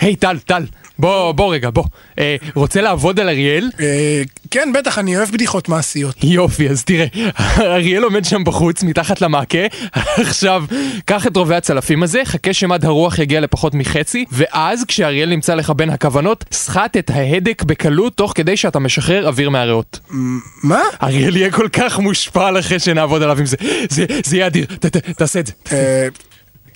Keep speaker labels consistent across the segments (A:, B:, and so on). A: היי, טל, טל, בוא, בוא רגע, בוא. אה, רוצה לעבוד על אריאל?
B: אה, כן, בטח, אני אוהב בדיחות מעשיות.
A: יופי, אז תראה, אריאל עומד שם בחוץ, מתחת למעקה, עכשיו, קח את רובי הצלפים הזה, חכה שמד הרוח יגיע לפחות מחצי, ואז כשאריאל נמצא לך בין הכוונות, סחט את ההדק בקלות, תוך כדי שאתה משחרר אוויר מהריאות.
B: מה?
A: אריאל יהיה כל כך מושפל אחרי שנעבוד עליו עם זה, זה, זה יהיה אדיר, ת, ת, תעשה את זה.
B: אה,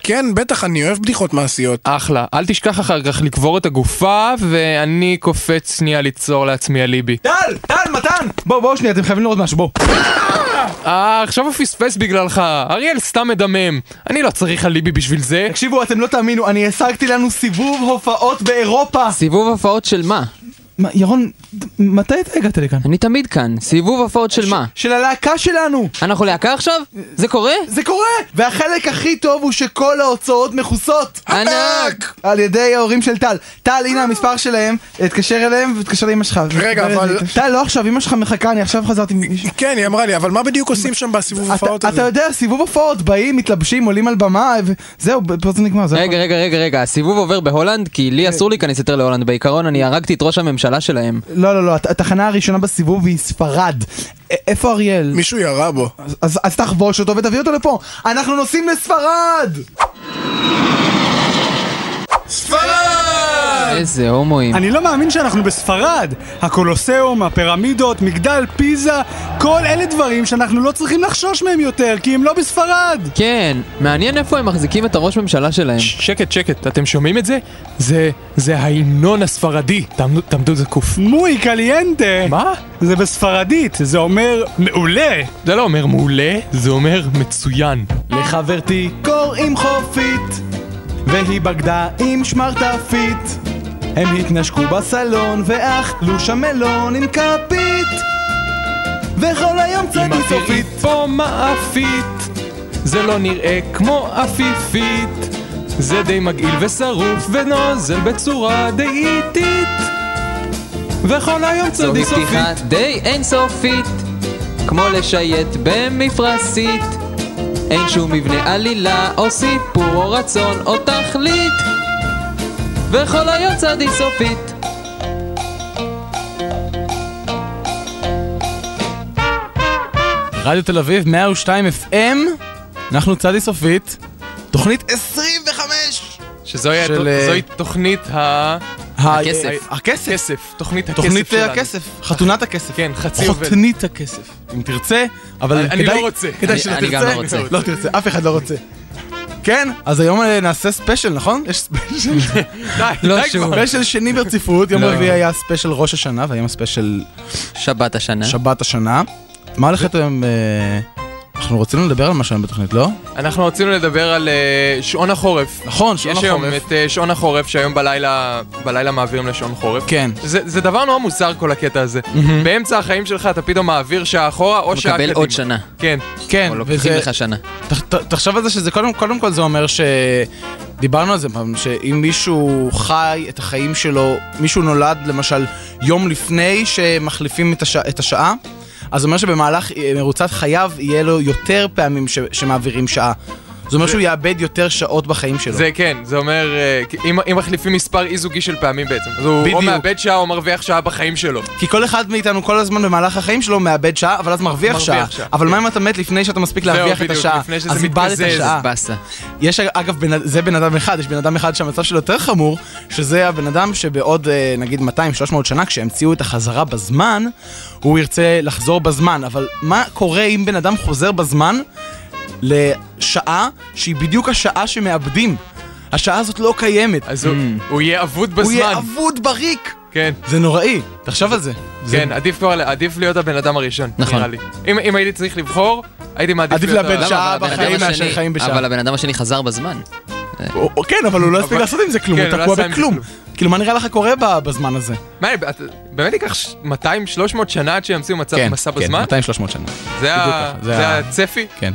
B: כן, בטח, אני אוהב בדיחות מעשיות.
A: אחלה, אל תשכח אחר כך לקבור את הגופה, ואני קופץ שנייה ליצור לעצמי אליבי.
C: טל! טל! מתן! בואו, בואו שנייה, אתם חייבים לראות משהו, בואו.
A: אה, עכשיו הוא פספס בגללך, אריאל סתם מדמם. אני לא צריך אליבי בשביל זה.
C: תקשיבו, אתם לא תאמינו, אני השגתי לנו סיבוב הופעות באירופה!
D: סיבוב הופעות של מה?
C: מה, ירון, ד- מתי אתה הגעת לכאן?
D: אני תמיד כאן. סיבוב הופעות של מה?
C: של הלהקה שלנו!
D: אנחנו להקה עכשיו? זה קורה?
C: זה קורה! והחלק הכי טוב הוא שכל ההוצאות מכוסות!
D: ענק!
C: על ידי ההורים של טל. טל, הנה המספר שלהם, תתקשר אליהם ותתקשר לאמא שלך.
B: רגע, אבל-
C: טל, לא עכשיו, אמא שלך מחכה, אני עכשיו חזרתי מ...
B: כן, היא אמרה לי, אבל מה בדיוק עושים שם בסיבוב הופעות
C: אתה,
B: הזה?
C: אתה יודע, סיבוב הופעות, באים, מתלבשים, עולים על במה, וזהו, פה זה נגמר. זה נכון. אה. הכל.
D: רגע, רגע, רגע, רגע, הסיבוב עובר בהולנד? כי לי אסור להיכנס יותר להולנד. בעיקרון אני הרגתי את ראש הממשלה שלהם.
C: לא, לא, לא, הת- התחנה הראשונה בסיבוב היא ספרד. א- איפה אריאל?
B: מישהו ירה בו.
C: אז- אז, אז תחבוש אותו ותביא אותו לפה. אנחנו נוסעים לספרד!
D: איזה הומואים.
E: אני לא מאמין שאנחנו בספרד. הקולוסיאום, הפירמידות, מגדל פיזה, כל אלה דברים שאנחנו לא צריכים לחשוש מהם יותר, כי הם לא בספרד.
D: כן, מעניין איפה הם מחזיקים את הראש ממשלה שלהם.
A: ש- שקט, שקט, אתם שומעים את זה? זה, זה ההמנון הספרדי. תעמדו, תעמדו זקוף.
E: מוי קליינטה.
A: מה?
E: זה בספרדית, זה אומר מעולה.
A: זה לא אומר מעולה, זה אומר מצוין.
C: לחברתי קוראים חופית, והיא בגדה עם שמרטפית. הם התנשקו בסלון ואכלו שם מלון עם כפית, וכל היום
A: אם
C: צדי סופית.
A: פה מאפית, זה לא נראה כמו עפיפית. זה די מגעיל ושרוף ונוזל בצורה די איטית. וכל היום
D: זו
A: צדי סופית.
D: פתיחה די אינסופית, כמו לשייט במפרשית. אין שום מבנה עלילה, או סיפור, או רצון, או תכלית. וכל היום צדי סופית.
F: רדיו תל אביב 102 FM, אנחנו צדי סופית, תוכנית 25!
A: שזוהי
F: של,
A: התו-
F: אה,
A: זוהי תוכנית
D: הכסף.
F: הכסף.
A: הכסף. תוכנית הכסף
F: תוכנית
A: שלנו.
F: אה, הכסף, חתונת הכסף.
A: כן, חצי יובל.
F: חותנית הכסף, אם תרצה, אבל
A: אני- אני
F: כדאי-
A: לא רוצה.
F: כדאי
D: אני-
F: שלא
D: אני גם לא
F: תרצה.
D: רוצה.
F: לא תרצה, אף אחד לא רוצה. כן, אז היום אה, נעשה ספיישל, נכון? יש ספיישל.
A: די, די כבר.
F: ספיישל שני ברציפות, יום
D: לא.
F: רביעי היה ספיישל ראש השנה, והיום הספיישל
D: שבת השנה.
F: שבת השנה. מה הולך היום? אה, אנחנו רצינו לדבר על משהו היום בתוכנית, לא?
A: אנחנו רצינו לדבר על אה, שעון החורף.
F: נכון, שעון
A: יש היום
F: החורף.
A: את אה, שעון החורף, שהיום בלילה, בלילה מעבירים לשעון חורף.
F: כן.
A: זה, זה דבר נורא מוזר כל הקטע הזה. באמצע החיים שלך אתה פתאום מעביר שעה אחורה או שעה קדימה.
D: מקבל עוד שנה.
A: כן.
F: כן,
D: או לוקחים
F: וזה...
D: לך שנה.
F: ת- ת- תחשוב על זה שזה קודם, קודם כל זה אומר ש... דיברנו על זה פעם, שאם מישהו חי את החיים שלו, מישהו נולד למשל יום לפני שמחליפים את, הש... את השעה, אז זה אומר שבמהלך אה, מרוצת חייו יהיה לו יותר פעמים ש... שמעבירים שעה. זה אומר שהוא יאבד יותר שעות בחיים שלו.
A: זה כן, זה אומר, אה, כי אם, אם מחליפים מספר אי זוגי של פעמים בעצם, אז הוא או
F: בדיוק.
A: מאבד שעה או מרוויח שעה בחיים שלו.
F: כי כל אחד מאיתנו כל הזמן במהלך החיים שלו מאבד שעה, אבל אז מרוויח,
A: מרוויח
F: שעה.
A: שעה,
F: אבל
A: כן.
F: מה אם אתה מת לפני שאתה מספיק להרוויח את
A: בדיוק,
F: השעה?
A: לפני שזה
F: אז איבדת
A: מתקזז.
F: שעה.
D: באסה.
F: יש אגב, בן, זה בן אדם אחד, יש בן אדם אחד שהמצב שלו יותר חמור, שזה הבן אדם שבעוד אה, נגיד 200-300 שנה, כשהמציאו את החזרה בזמן, הוא ירצה לחזור בזמן. אבל מה קורה אם בן אדם חוזר בזמן לשעה שהיא בדיוק השעה שמאבדים? השעה הזאת לא קיימת.
A: אז הוא, הוא יהיה אבוד בזמן.
F: הוא יהיה אבוד בריק!
A: כן.
F: זה נוראי, תחשוב על זה. זה
A: כן, עדיף כבר, עדיף להיות הבן אדם הראשון,
D: נכון.
A: נראה לי. אם, אם הייתי צריך לבחור, הייתי מעדיף
F: עדיף
A: להיות...
F: לאבד
A: ה-
D: למה?
F: שעה
D: אבל הבן
F: בחיים
D: אדם
F: מאשר
D: השני-
F: חיים בשעה.
D: אבל הבן אדם השני חזר בזמן.
F: הוא- הוא- כן,
C: אה,
F: אבל הוא לא הספיק
A: אבל-
F: לעשות עם זה כלום,
A: כן,
F: הוא
A: הוא לא
F: תקוע
A: עשה עם זה
F: בכלום.
A: כלום.
F: כאילו, מה נראה לך קורה ב- בזמן הזה?
A: מה, את- באמת ייקח ש- 200-300 שנה עד שימציאו מצב
F: כן,
A: מסע בזמן?
F: 200-300 שנה.
A: זה ה-
F: בדיוק ככה, זה
A: זה
F: ה-
A: הצפי?
F: כן.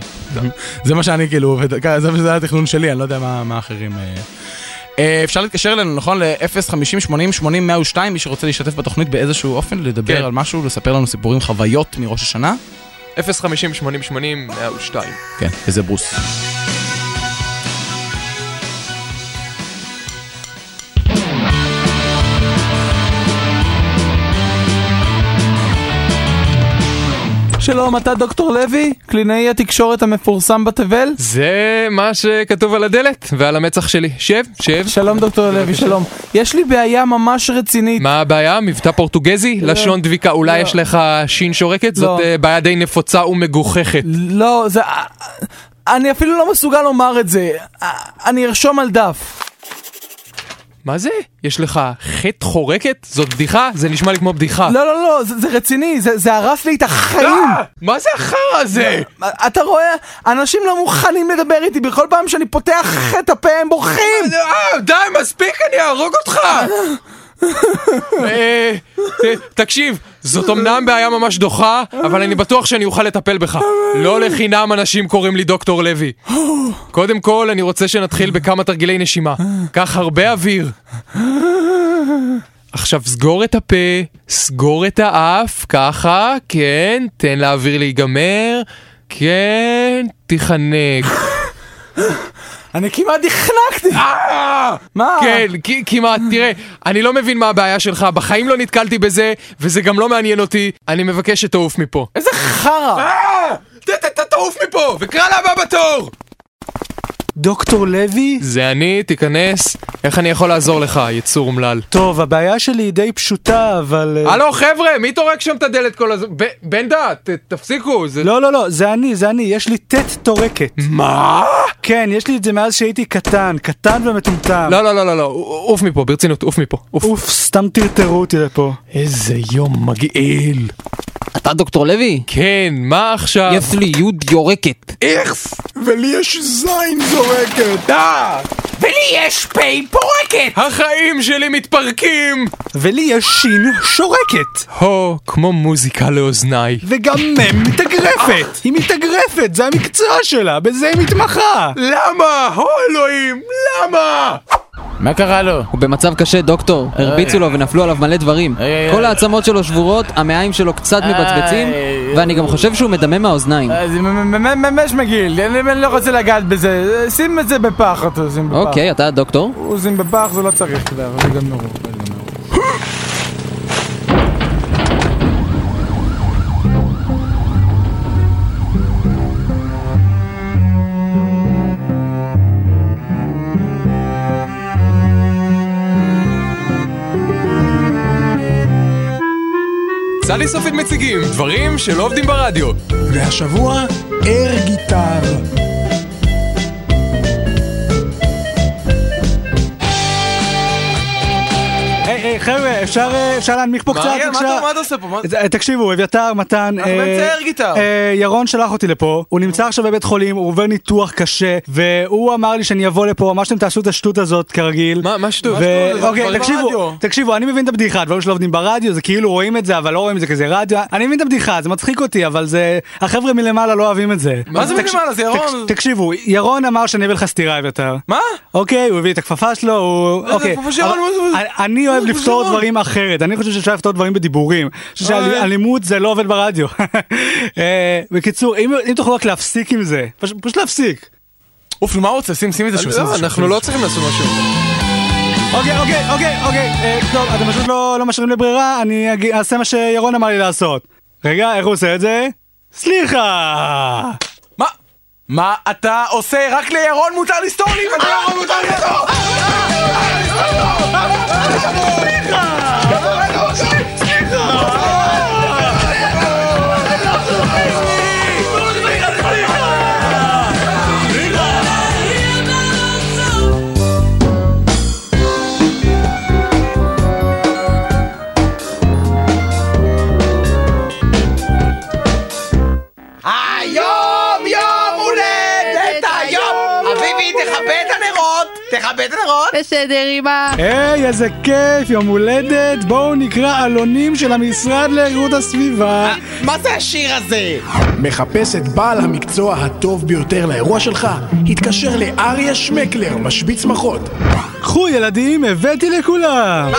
F: זה מה שאני כאילו עובד, ככה, זה זה התכנון שלי, אני לא יודע מה מה האחרים. אה. אה, אפשר להתקשר אלינו, נכון? ל-050-80-80-102, מי שרוצה להשתתף בתוכנית באיזשהו אופן,
A: כן.
F: לדבר על משהו, לספר לנו סיפורים, חוויות מראש השנה.
A: 050-80-80-102.
F: כן, וזה ברוס.
D: שלום, אתה דוקטור לוי? קלינאי התקשורת המפורסם בתבל?
A: זה מה שכתוב על הדלת ועל המצח שלי. שב, שב.
D: שלום דוקטור לוי, שלום. יש לי בעיה ממש רצינית.
A: מה הבעיה? מבטא פורטוגזי? לשון דביקה. אולי יש לך שין שורקת? זאת
D: לא.
A: אה, בעיה די נפוצה ומגוחכת.
D: לא, זה... אני אפילו לא מסוגל לומר את זה. אה, אני ארשום על דף.
A: מה זה? יש לך חטא חורקת? זאת בדיחה? זה נשמע לי כמו בדיחה.
D: לא, לא, לא, זה, זה רציני, זה, זה הרס לי את החיים. לא, אה,
A: אה! מה זה החרא הזה?
D: אתה רואה? אנשים לא מוכנים לדבר איתי, בכל פעם שאני פותח את הפה הם בורחים!
A: אה, די, מספיק, אני אהרוג אותך! אה, ת- תקשיב, זאת אמנם בעיה ממש דוחה, אבל אני בטוח שאני אוכל לטפל בך. לא לחינם אנשים קוראים לי דוקטור לוי. קודם כל, אני רוצה שנתחיל בכמה תרגילי נשימה. קח הרבה אוויר. עכשיו סגור את הפה, סגור את האף, ככה, כן, תן לאוויר להיגמר, כן, תיחנק.
D: אני כמעט נחנקתי! מה?
A: כן, כ- כמעט. תראה, אני לא מבין מה הבעיה שלך, בחיים לא נתקלתי בזה, וזה גם לא מעניין אותי. אני מבקש שתעוף מפה.
D: איזה חרא!
A: אה! ת- ת- ת- תעוף מפה, וקרא לבא בתור!
E: דוקטור לוי?
A: זה אני, תיכנס. איך אני יכול לעזור לך, יצור אומלל?
E: טוב, הבעיה שלי היא די פשוטה, אבל... אה,
A: הלו, חבר'ה, מי טורק שם את הדלת כל הזמן? ב- בן דת, ת- תפסיקו, זה...
E: לא, לא, לא, זה אני, זה אני, יש לי טט טורקת.
A: מה?
E: כן, יש לי את זה מאז שהייתי קטן, קטן ומטומטם.
A: לא, לא, לא, לא, לא, עוף מפה, ברצינות, עוף מפה. עוף.
E: אוף, סתם טרטרו אותי לפה.
A: איזה יום מגעיל.
D: אתה דוקטור לוי?
A: כן, מה עכשיו?
D: לי יוד יורקת.
B: איכס! ולי יש זין זורקת! אה!
A: החיים שלי מתפרקים!
E: ולי יש שין שורקת,
A: הו, כמו מוזיקה לאוזניי.
E: וגם מם מתאגרפת. היא מתאגרפת, זה המקצוע שלה, בזה היא מתמחה.
A: למה? הו אלוהים, למה?
F: מה קרה לו? אה,
D: הוא במצב קשה, דוקטור. הרביצו לו ונפלו עליו מלא דברים.
F: איי,
D: כל
F: איי.
D: העצמות שלו שבורות, המעיים שלו קצת
F: אה,
D: מבצבצים,
F: איי.
D: ואני גם חושב שהוא מדמם מהאוזניים.
F: אה.
G: אה, זה ממש מגעיל, אני אני לא רוצה לגעת בזה, שים את זה בפח, אתה שים בפח.
D: אוקיי, אתה הדוקטור?
G: הוא שים בפח, זה לא צריך, אתה יודע, אבל זה גם נורא.
A: סלי סופית מציגים דברים שלא עובדים ברדיו.
B: והשבוע, אר גיטר.
E: היי, היי, אה, חבר'ה, אפשר אה, אפשר להנמיך פה קצת?
F: אריאל, מה
E: אפשר?
F: אתה- מה אתה עושה פה? מה-
E: זה- אה, תקשיבו, אביתר, מתן,
F: אנחנו
E: אה,
F: באמצע אר גיטר.
E: אה, ירון שלח אותי לפה, הוא נמצא עכשיו בבית חולים, הוא עובר ניתוח קשה, והוא אמר לי שאני אבוא לפה, אמר שאתם תעשו את השטות הזאת כרגיל.
A: מה- מה שטות?
E: ו-
A: מה שטות? זה
E: אוקיי,
A: דברים
E: תקשיבו,
A: ברדיו.
E: תקשיבו, אני מבין את הבדיחה, דברים שלא עובדים ברדיו, זה כאילו רואים את זה, אבל לא רואים את זה כזה רדיו, אני מבין את הבדיחה, זה מצחיק אותי, אבל זה, החבר'ה מלמעלה לא אוהבים את זה.
F: מה זה
E: תקש-
F: מלמעלה? זה ירון.
E: תקש- תקשיבו, ירון אמר שאני אביא לך סטירה אביתר.
F: מה?
E: אוקיי, הוא הביא את הכפפה שלו, הוא...
F: זה
E: אוקיי.
F: הכפפה של ירון?
E: אבל-
F: מה זה- מה
E: אני- אני אוהב לפתור דברים אחרת, אני חושב שאפשר לפתור דברים בדיבורים. אני חושב
A: אה.
E: שאלימות זה לא עובד ברדיו. אה, בקיצור, אם אם תוכלו רק להפסיק עם זה, פש- פשוט להפסיק.
F: אוף, מה הוא רוצה? שים, שים את זה שהוא. שים את
A: לא,
F: זה שהוא.
A: אנחנו לא צריכים לעשות משהו.
E: אוקיי, אוקיי, אוקיי, אוקיי, אה, טוב, אתם פשוט לא לא משאירים לי ברירה, אני אגי- אעשה מה שירון אמר לי לעשות. רגע, איך הוא עושה את זה? סליחה!
F: מה? מה אתה עושה? רק לירון מותר לסתור לי, ואתה ירון מותר לסתור! היום יום הולדת היום! אביבי, תכבה את הנרות! תכבה את הנרות!
H: בסדר, אמא.
E: היי, איזה כיף, יום הולדת, בואו נקרא עלונים של המשרד לאיכות הסביבה.
F: מה זה השיר הזה?
B: מחפש את בעל המקצוע הטוב ביותר לאירוע שלך? התקשר לאריה שמקלר, משבית צמחות.
E: קחו ילדים, הבאתי לכולם!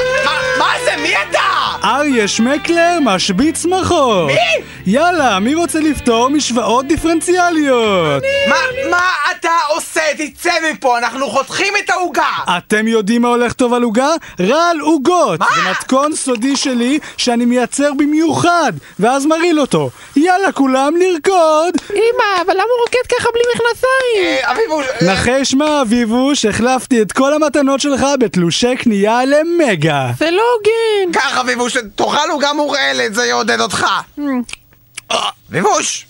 F: מה זה? מי אתה?
E: אריה שמקלר משביץ מחור. מי? יאללה, מי רוצה לפתור משוואות דיפרנציאליות?
I: מה, מה אתה עושה? תצא מפה, אנחנו חותכים את העוגה!
E: אתם יודעים מה הולך טוב על עוגה? רע על עוגות! מה? זה מתכון סודי שלי שאני מייצר במיוחד, ואז מרעיל אותו. יאללה, כולם לרקוד!
I: אה, אביבו, אה,
E: נחש מה, אביבוש, החלפתי את כל המתנות שלך בתלושי קנייה למגה.
I: קח אביבוש, תאכל עוגה מורעלת, זה יעודד אותך! אה, אביבוש!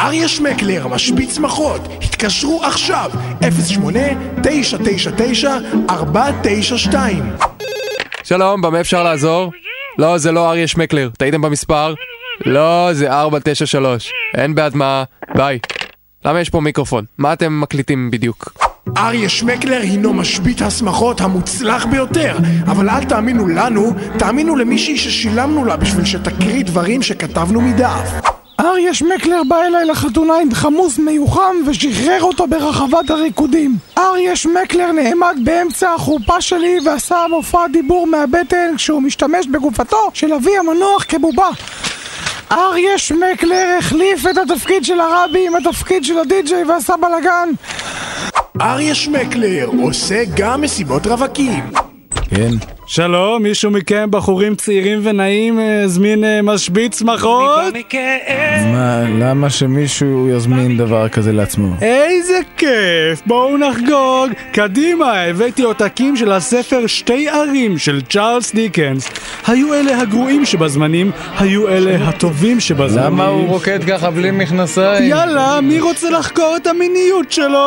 J: אריה שמקלר, משביץ מחות, התקשרו עכשיו, 08-999-492.
A: שלום, במה אפשר לעזור? לא, זה לא אריה שמקלר. טעיתם במספר? לא, זה 493. אין בעד מה. ביי. למה יש פה מיקרופון? מה אתם מקליטים בדיוק?
J: אריה שמקלר הינו משבית הסמכות המוצלח ביותר, אבל אל תאמינו לנו, תאמינו למישהי ששילמנו לה בשביל שתקריא דברים שכתבנו מדף.
K: אריה שמקלר בא אליי לחתונה עם חמוס מיוחם ושחרר אותו ברחבת הריקודים. אריה שמקלר נעמד באמצע החופה שלי ועשה מופע דיבור מהבטן כשהוא משתמש בגופתו של אבי המנוח כבובה. אריה שמקלר החליף את התפקיד של הרבי עם התפקיד של הדי-ג'יי ועשה בלאגן.
J: אריה שמקלר עושה גם מסיבות רווקים.
F: כן.
E: שלום, מישהו מכם, בחורים צעירים ונעים, אה, הזמין אה, משביץ מחוז?
F: מה, למה שמישהו יזמין דבר כזה לעצמו?
E: איזה כיף, בואו נחגוג. קדימה, הבאתי עותקים של הספר שתי ערים של צ'ארלס דיקנס. היו אלה הגרועים שבזמנים, היו אלה הטובים שבזמנים.
F: למה הוא רוקד ככה בלי מכנסיים?
E: יאללה, מי רוצה לחקור את המיניות שלו?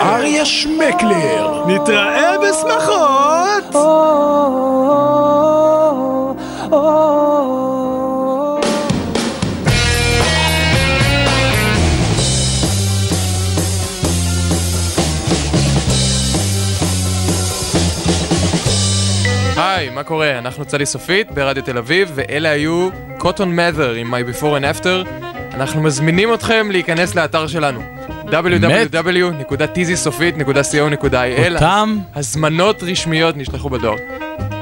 J: אריה שמקלר,
E: נתראה בשמחות!
A: היי, מה קורה? אנחנו צדי סופית ברדיו תל אביב, ואלה היו קוטון מאת'ר עם My Before and After. אנחנו מזמינים אתכם להיכנס לאתר שלנו. www.tzsופית.co.il
F: אותם?
A: הזמנות רשמיות נשלחו בדואר.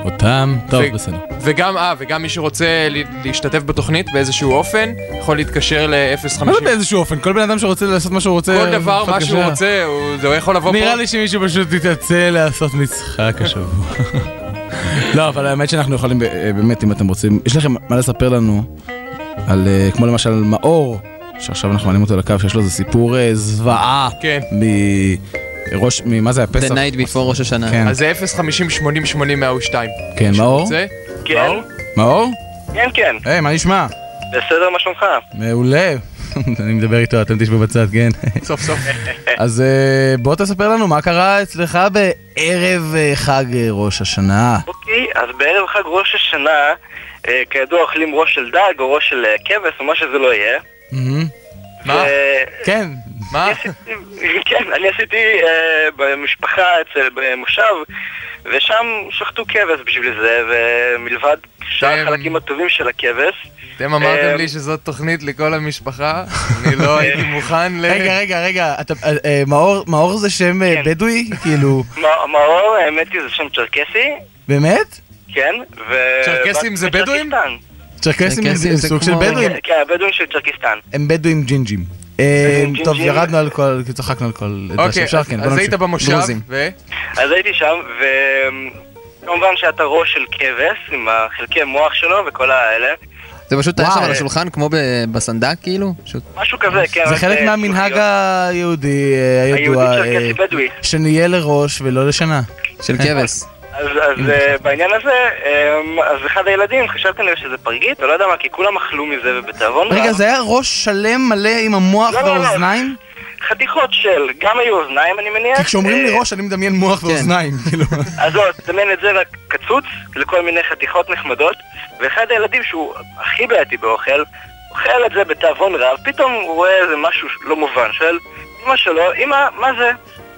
F: אותם? טוב,
A: ו-
F: בסדר.
A: וגם, אה, וגם מי שרוצה לה- להשתתף בתוכנית באיזשהו אופן, יכול להתקשר ל-050.
F: לא
L: מה זה באיזשהו אופן? כל בן אדם שרוצה לעשות מה שהוא רוצה...
A: כל דבר,
L: יכול
A: מה שהוא
L: להתקשר.
A: רוצה, הוא- זה יכול לבוא פה.
F: נראה לי שמישהו פשוט יתעצל לעשות משחק השבוע. לא, אבל האמת שאנחנו יכולים, ב- אה, באמת, אם אתם רוצים, יש לכם מה לספר לנו על, אה, כמו למשל מאור, שעכשיו אנחנו מעלים אותו לקו, שיש לו איזה סיפור אה, זוועה.
A: כן.
F: מראש, ממה זה
D: The
F: הפסח?
D: night before ראש השנה.
F: כן,
A: אז זה 050-80-80-102.
F: כן, מאור?
A: זה?
M: כן,
F: מאור?
M: כן, כן,
F: היי, מה נשמע?
M: בסדר, מה שלומך?
F: מעולה. אני מדבר איתו, אתם תשבו בצד, כן.
A: סוף סוף.
F: אז אה, בוא תספר לנו מה קרה אצלך בערב אה, חג אה, ראש השנה.
M: אוקיי, אז בערב חג ראש השנה, אה, כידוע אוכלים ראש של דג או ראש של אה, כבש או מה שזה לא יהיה.
F: מהמם.
A: מה?
M: ו-
F: כן,
A: מה?
M: כן, אני עשיתי אה, במשפחה אצל במושב, ושם שחטו כבש בשביל זה, ומלבד שאר
A: אתם-
M: החלקים הטובים של הכבש,
A: אתם אמרתם
M: אה,
A: לי שזאת תוכנית לכל המשפחה, אני לא הייתי מוכן ל...
F: רגע, רגע, רגע, אתה- אה, אה, מאור- מאור זה שם אה,
M: כן.
F: בדואי? כאילו,
M: מא- מאור, האמת היא זה שם צ'רקסי,
F: באמת?
M: כן, ו...
A: צ'רקסים זה בדואים?
M: צ'רקיסטן.
F: צ'רקסים
D: צ'רקסים
F: הם
D: זה
F: סוג של
D: כמו-
F: בדואים,
M: כן, כן, הבדואים של צ'רקיסטן.
F: הם בדואים ג'ינג'ים. אה,
M: בדואים
F: טוב,
M: ג'ינג'ים.
F: ירדנו על כל, צחקנו על כל, את מה
A: אוקיי,
F: שאפשר, כן, בוא
A: אז
F: נמשיך.
A: היית במושב,
F: דרוזים.
A: ו...
M: אז הייתי שם, וכמובן שהיה את הראש של כבש, עם החלקי מוח שלו וכל האלה.
D: זה פשוט היה שם
F: וואו.
D: על השולחן כמו ב- בסנדק כאילו? פשוט-
M: משהו כזה, כן.
F: זה
M: רק,
F: חלק
M: אה,
F: מהמנהג
M: סוכריות.
F: היהודי אה, הידוע,
M: היהודי
F: אה,
M: צ'רקסי בדואי.
F: שנהיה לראש ולא לשנה. אה,
D: של כבש.
M: אז, אז אה, בעניין הזה, אמ, אז אחד הילדים, חשב כנראה שזה פרגית, ולא יודע מה, כי כולם אכלו מזה ובתיאבון.
F: רגע,
M: רב.
F: זה היה ראש שלם מלא עם המוח
M: לא, לא, לא.
F: והאוזניים?
M: חתיכות של, גם היו אוזניים אני מניח.
F: כי כשאומרים לי
M: אה,
F: ראש, אני מדמיין מוח ואוזניים, כאילו.
M: אז לא, תדמיין את זה רק קצוץ לכל מיני חתיכות נחמדות, ואחד הילדים שהוא הכי בעייתי באוכל, אוכל את זה בתיאבון רב, פתאום הוא רואה איזה משהו לא מובן, שואל, אמא שלו, אמא, מה זה?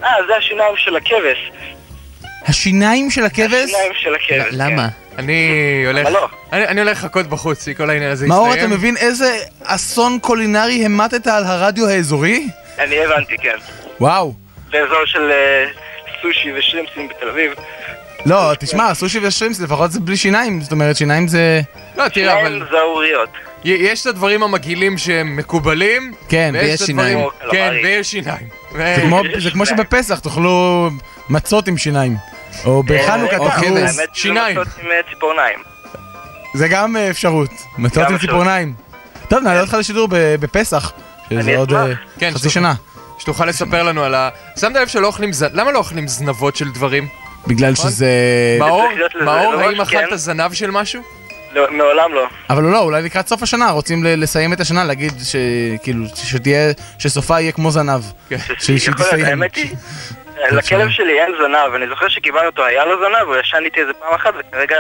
M: אה, זה השיניים של הכבש.
F: השיניים של הכבש?
M: השיניים של הכבש.
D: למה?
A: אני הולך...
M: כן, אבל לא.
A: אני אני הולך לחכות בחוץ, כי כל העניין הזה יסתיים.
F: מאור, אתה מבין איזה אסון קולינרי המטת על הרדיו האזורי?
M: כן. אני הבנתי, כן.
F: וואו.
M: באזור של אה, סושי ושרימפסים בתל אביב.
F: לא, תשמע, סושי ושרימפס לפחות זה בלי שיניים, זאת אומרת שיניים זה...
M: אה,
A: לא, תראה, אבל...
M: זה האוריות.
A: י- יש את הדברים המגעילים שהם מקובלים.
F: כן,
A: ויש
F: ויש
A: את הדברים-
F: שיניים.
A: כן,
M: קלמרי.
A: ויש שיניים.
F: זה כמו-
M: אה,
F: זה כמו שבפסח תאכלו מצות עם שיניים.
M: אה,
F: או בחנוכה
M: האמת
F: תאכלו...
M: שזה
A: שיניים.
M: מצות עם אה, ציפורניים.
F: זה גם אה, אפשרות. מצות עם
M: אפשרות. כן.
F: ציפורניים. טוב, נעלה אותך לשידור ב- בפסח. שזה
M: אני
F: עוד
M: אשמח.
F: אה,
A: כן,
F: חצי
A: שתוכל-
F: שנה.
A: שתוכל לספר לנו על ה... שמת לב שלא אוכלים זנב... למה לא אוכלים זנבות של דברים?
F: בגלל
M: נכון.
F: שזה...
M: אה,
F: אה,
A: מאור,
M: להיות לזה
A: מאור,
M: ראש,
A: האם
M: כן.
A: אכלת זנב של משהו?
M: לא, מעולם לא.
F: אבל לא, אולי לקראת סוף השנה רוצים ל- לסיים את השנה, להגיד שכאילו, שתהיה, שסופה יהיה כמו זנב. שהיא
M: כן. יכול להיות,
F: תסיים.
M: האמת היא, לכלב שלי אין זנב, אני זוכר שקיבלנו אותו, היה לו זנב, הוא ישן איתי איזה פעם אחת, וכרגע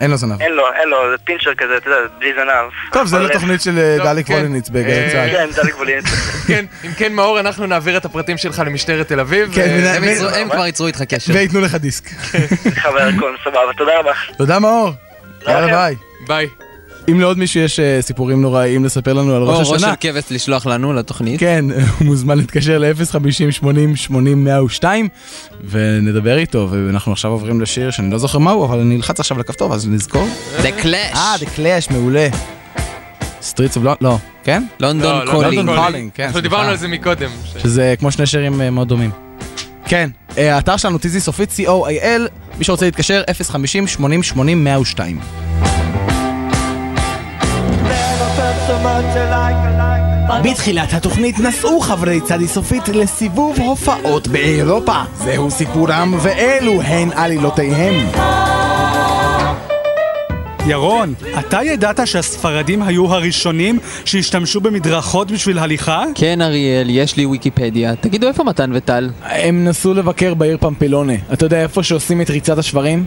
F: אין לו זנב.
M: אין לו, אין לו, זה פינצ'ר כזה, אתה יודע, בלי זנב.
F: טוב, זה לא תוכנית של אה,
A: טוב,
F: דליק
A: כן.
F: ווליניץ בגלי
A: אה,
F: צה"ל.
M: כן, דלק בולינס.
A: כן, אם כן, מאור, אנחנו נעביר את הפרטים שלך למשטרת תל אביב.
F: כן,
A: אה,
F: מנה-
D: הם
F: מנה-
D: ייצרו- הם כבר ייצרו איתך קשר.
F: וייתנו לך דיסק.
M: אה, חבר הכל, סבבה, תודה רבה.
F: תודה מאור. יאללה
M: לכם.
F: ביי.
A: ביי.
F: אם לעוד מישהו יש אה, סיפורים נוראיים לספר לנו על
D: או
F: ראש
D: ראש
F: השנה.
D: של כבש לשלוח לנו לתוכנית.
F: לא כן, הוא מוזמן להתקשר ל-050-80-80-102 ונדבר איתו, ואנחנו עכשיו עוברים לשיר שאני לא זוכר מהו, אבל אני אלחץ עכשיו לכפתור אז נזכור.
D: The
F: אה,
D: Clash,
F: The Clash, מעולה. Streets of London, לא, כן?
D: לונדון
A: לא,
D: קולינג.
F: לונדון קולינג, כן,
A: אנחנו
F: סליחה.
A: דיברנו על זה מקודם.
F: שזה כמו שני שירים אה, מאוד דומים. כן, אה, האתר שלנו טיזי סופית, co.il, מי שרוצה להתקשר, 050-80-80-102.
C: בתחילת התוכנית נסעו חברי צדי סופית לסיבוב הופעות באירופה. זהו סיפורם ואלו הן עלילותיהם.
E: ירון, אתה ידעת שהספרדים היו הראשונים שהשתמשו במדרכות בשביל הליכה?
D: כן אריאל, יש לי ויקיפדיה. תגידו איפה מתן וטל?
F: הם נסעו לבקר בעיר פמפלונה. אתה יודע איפה שעושים את ריצת השברים?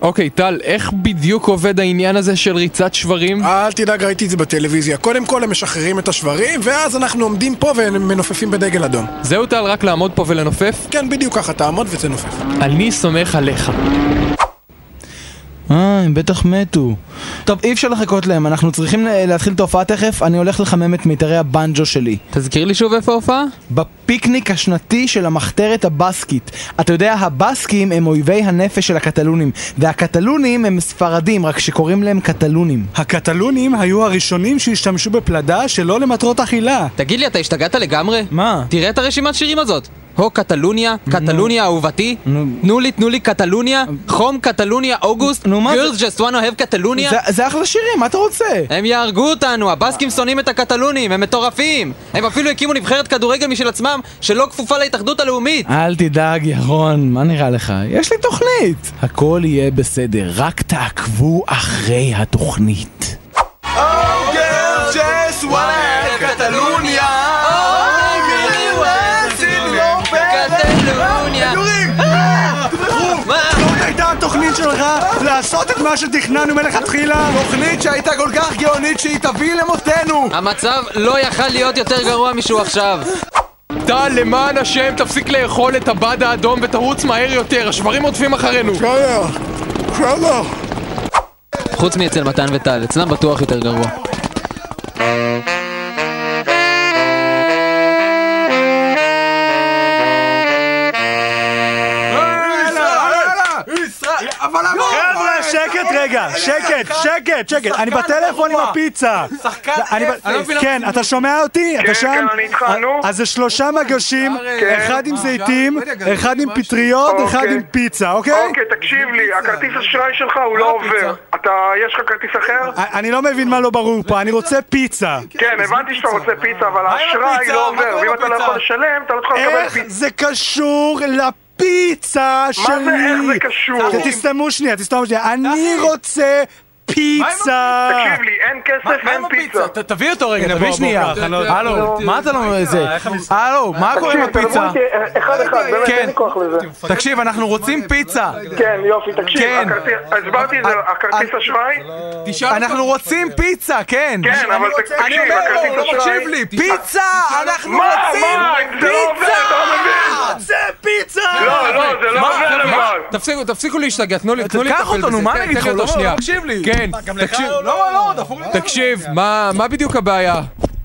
A: אוקיי, טל, איך בדיוק עובד העניין הזה של ריצת שברים?
B: אל תדאג, ראיתי את זה בטלוויזיה. קודם כל הם משחררים את השברים, ואז אנחנו עומדים פה ומנופפים בדגל אדום.
A: זהו, טל, רק לעמוד פה ולנופף?
B: כן, בדיוק ככה, תעמוד ותנופף.
A: אני סומך עליך.
C: אה, הם בטח מתו. טוב, אי אפשר לחכות להם, אנחנו צריכים ל- להתחיל את ההופעה תכף, אני הולך לחמם את מיתרי הבנג'ו שלי.
D: תזכיר לי שוב איפה ההופעה?
C: בפיקניק השנתי של המחתרת הבסקית. אתה יודע, הבסקים הם אויבי הנפש של הקטלונים, והקטלונים הם ספרדים, רק שקוראים להם קטלונים.
E: הקטלונים היו הראשונים שהשתמשו בפלדה שלא למטרות אכילה.
D: תגיד לי, אתה השתגעת לגמרי?
C: מה?
D: תראה את הרשימת שירים הזאת. הו קטלוניה, קטלוניה אהובתי,
C: נו.
D: תנו לי תנו לי קטלוניה, חום קטלוניה אוגוסט,
C: נו, מה
D: girls just wanna have קטלוניה,
C: זה- זה אחלה שירים, מה אתה רוצה?
D: הם יהרגו אותנו, הבאסקים שונאים את הקטלונים, הם מטורפים! הם אפילו הקימו נבחרת כדורגל משל עצמם, שלא כפופה להתאחדות הלאומית!
C: אל תדאג, ירון, מה נראה לך? יש לי תוכנית! הכל יהיה בסדר, רק תעקבו אחרי התוכנית.
D: קטלוניה! מה?
E: זאת הייתה התוכנית שלך לעשות את מה שתכננו מלכתחילה?
C: תוכנית שהייתה כל כך גאונית שהיא תביא למותנו!
D: המצב לא יכל להיות יותר גרוע משהוא עכשיו.
A: טל, למען השם, תפסיק לאכול את הבד האדום ותרוץ מהר יותר, השברים רודפים אחרינו.
B: בסדר, בסדר.
D: חוץ מאצל מתן וטל, אצלם בטוח יותר גרוע.
C: אה, לא,
M: לא.
E: חבר'ה, שקט רגע, שקט, שקט, שקט. אני בטלפון עם הפיצה. לא, אני ב- כן, אתה שומע אותי? אתה שם?
M: לא
E: אה,
M: כן, אני איתך, נו.
E: אז זה שלושה מגשים, אחד עם זיתים, אחד עם פטריות, אחד
M: אוקיי.
E: עם פיצה, אוקיי?
M: אוקיי, תקשיב לי, הכרטיס אשראי שלך הוא לא עובר. אתה, יש לך כרטיס אחר?
E: אני לא מבין מה לא ברור פה, אני רוצה פיצה.
M: כן, הבנתי שאתה רוצה פיצה, אבל האשראי לא עובר, ואם אתה לא יכול לשלם, אתה לא יכול לקבל
E: איך
M: פיצה.
E: זה קשור לפיצה שלי?
M: מה זה איך זה קשור?
E: אתם תסתמו שנייה, תסתמו שנייה. אני רוצה פיצה!
M: תקשיב לי, אין כסף, אין פיצה.
F: תביא אותו
M: כן,
F: רגע,
E: בוא,
F: תביא
E: בוא,
F: שנייה.
E: ככה, לא-
F: הלו, מה אתה לא... זה? הלו, מה קורה עם
E: אוקיי,
M: תקשיב, תדברו
F: הפיצה?
M: איתי, אה, אחד אחד, באמת אין לי כוח לזה.
F: תקשיב, אנחנו רוצים פיצה.
M: כן, יופי, תקשיב,
F: כן. אה,
M: הכרטיס- הסברתי את זה, הכרטיס אשראי?
F: אנחנו רוצים פיצה, כן.
M: כן, אבל
F: אני
M: תקשיב,
F: אומר לו,
M: הכרטיס
F: הוא לא
M: אשראי...
F: מקשיב לי. פיצה! אנחנו
M: מה,
F: רוצים
M: מה, זה לא עובר, אתה לא מבין?
F: פיצה!
E: זה פיצה!
M: לא, לא, זה לא עובר לבד.
A: תפסיקו, תפסיקו להשתגע, תנו לי, תנו לי
F: קח
A: לטפל
F: אותו,
A: בזה.
F: נו, מה
A: תן-
F: אני אגיד
A: תן
F: לך?
A: לי
F: הוא
A: כן, אותו
F: לא
A: שנייה.
F: מקשיב לי.
K: לא,
A: כן, תקשיב,
F: לא, לא, דפוק.
A: תקשיב, מה- מה בדיוק הבעיה?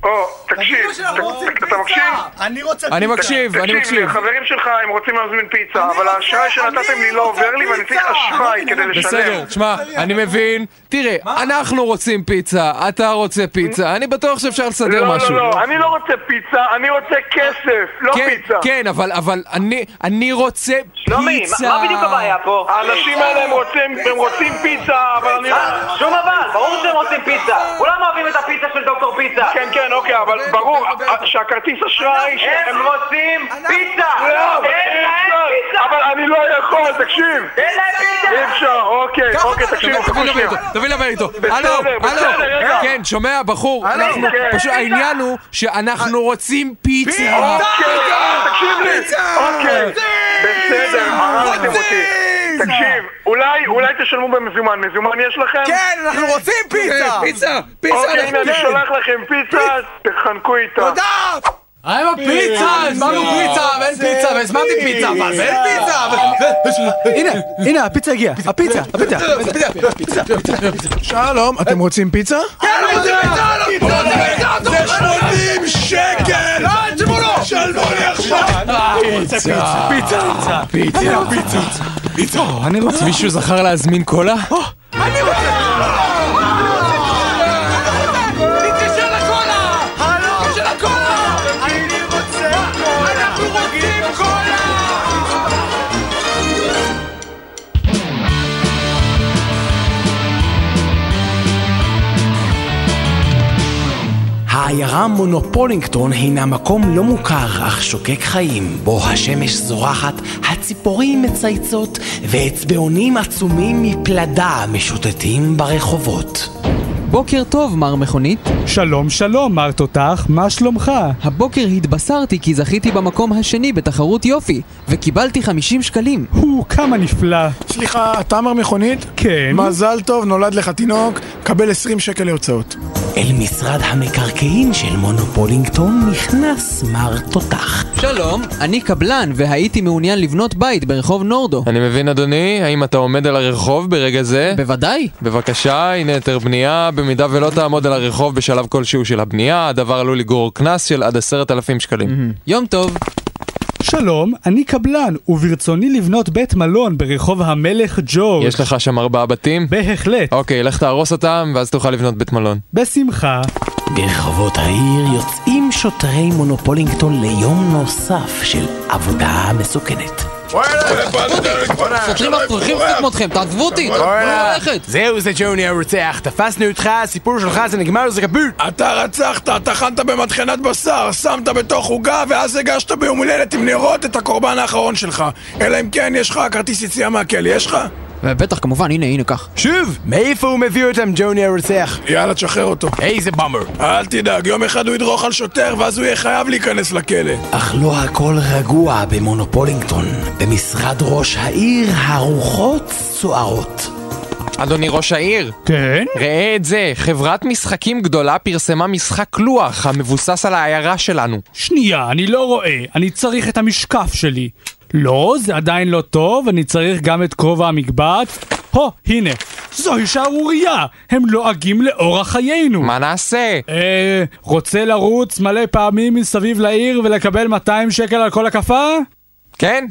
K: או, תקשיב, ת- אתה מקשיב?
J: אני רוצה
A: אני מקשיב, אני
K: תקשיב,
A: מקשיב.
K: החברים שלך הם רוצים להזמין פיצה, אבל האשראי שנתתם לי לא עובר לי ואני צריך אשראי כדי לשלם.
A: בסדר, תשמע, אני מבין. תראה, אנחנו רוצים פיצה, אתה רוצה פיצה, אני בטוח שאפשר לסדר
K: לא,
A: משהו.
K: לא, לא, אני לא רוצה פיצה, אני רוצה כסף, לא
A: כן,
K: פיצה.
A: כן, אבל, אבל אני, אני רוצה פיצה.
K: שלומי, מה- מה בדיוק הבעיה פה? האנשים האלה הם רוצים- הם רוצים פיצה, אבל אני לא...
N: אה, שום אבל, ברור שהם רוצים פיצה. כולם אוהבים את הפיצה של דוקטור פיצה.
K: כן, כן, אוקיי, אבל ברור אה, שהכרטיס אשראי...
N: הם רוצים פיצה!
K: לא, אבל
N: אין
K: אי
N: להם
K: אפשר.
N: פיצה!
K: אבל אני לא יכול, תקשיב.
N: אין להם פיצה!
K: אי אפשר, אוקיי, אוקיי, תקשיב,
A: תביא לדבר איתו, תביא לדבר איתו. הלו,
K: בסדר,
A: הלו,
K: רגע.
A: כן, שומע, בחור,
K: הלו,
A: אנחנו,
K: כן.
A: פשוט העניין הוא שאנחנו רוצים פיצה.
K: אוקיי, תקשיב לי, אוקיי, בסדר,
H: אה,
K: הרסתם אותי. תקשיב, אולי, אולי תשלמו במזומן, מזומן יש לכם?
H: כן, אנחנו רוצים
E: אה,
H: פיצה! פיצה!
K: אוקיי, הנה, אני שולח לכם פיצה, תחנקו איתה.
H: תודה!
O: מה עם הפיצה? הזמנו פיצה, ואין פיצה, והזמנתי פיצה, אבל ואין פיצה!
C: הנה, הנה, הפיצה הגיעה. הפיצה, הפיצה.
B: שלום, אתם רוצים פיצה?
J: זה 80 שקל! לא, תשמעו לו! שלמו לי עכשיו!
A: פיצה.
J: פיצה!
A: פיצה. פיצה. אני רוצה... מישהו זכר להזמין קולה?
P: העיירה מונופולינגטון הינה מקום לא מוכר אך שוקק חיים, בו השמש זורחת, הציפורים מצייצות, ואצבעונים עצומים מפלדה משוטטים ברחובות.
D: בוקר טוב, מר מכונית.
E: שלום, שלום, מר תותח, מה שלומך?
D: הבוקר התבשרתי כי זכיתי במקום השני בתחרות יופי, וקיבלתי 50 שקלים.
E: הוא, כמה נפלא.
B: סליחה, אתה אמר מכונית?
E: כן.
B: מזל טוב, נולד לך תינוק, קבל 20 שקל להוצאות.
P: אל משרד המקרקעין של מונופולינגטון נכנס מר תותח.
D: שלום, אני קבלן, והייתי מעוניין לבנות בית ברחוב נורדו.
A: אני מבין, אדוני, האם אתה עומד על הרחוב ברגע זה?
D: בוודאי.
A: בבקשה, הנה היתר בנייה. במידה ולא תעמוד על הרחוב בשלב כלשהו של הבנייה, הדבר עלול לגרור קנס של עד עשרת אלפים שקלים.
D: יום טוב.
E: שלום, אני קבלן, וברצוני לבנות בית מלון ברחוב המלך ג'ורג'.
A: יש לך שם ארבעה בתים?
E: אוקיי. בהחלט.
A: אוקיי, לך תהרוס אותם, ואז תוכל לבנות בית מלון.
E: בשמחה.
P: ברחובות העיר יוצאים שוטרי מונופולינגטון ליום נוסף של עבודה מסוכנת.
D: שוטרים מפריחים כמותכם, תעזבו אותי, תעזבו
E: אוקיי.
D: ללכת.
O: זהו, זה ג'וני הרוצח, תפסנו אותך, הסיפור שלך זה נגמר, זה כבוד.
J: אתה רצחת, טחנת במטחנת בשר, שמת בתוך עוגה ואז הגשת ביום הולדת עם נרות את הקורבן האחרון שלך. אלא אם כן יש לך כרטיס יציאה מהכלא, יש לך?
D: בטח, כמובן, הנה, הנה, קח.
O: שוב, מאיפה הוא מביא אותם, ג'וני הרוצח?
J: יאללה, תשחרר אותו.
O: איזה באמר.
J: אל תדאג, יום אחד הוא ידרוך על שוטר ואז הוא יהיה חייב להיכנס לכלא.
P: אך לא הכל רגוע במונופולינגטון. במשרד ראש העיר הרוחות סוערות.
A: אדוני ראש העיר,
E: כן?
A: ראה את זה, חברת משחקים גדולה פרסמה משחק לוח המבוסס על העיירה שלנו.
E: שנייה, אני לא רואה, אני צריך את המשקף שלי. לא, זה עדיין לא טוב, אני צריך גם את כובע המגבעת. הו, הנה, זוהי שערורייה, הם לועגים לאורח חיינו.
A: מה נעשה?
E: אה, רוצה לרוץ מלא פעמים מסביב לעיר ולקבל 200 שקל על כל הקפה?
A: כן.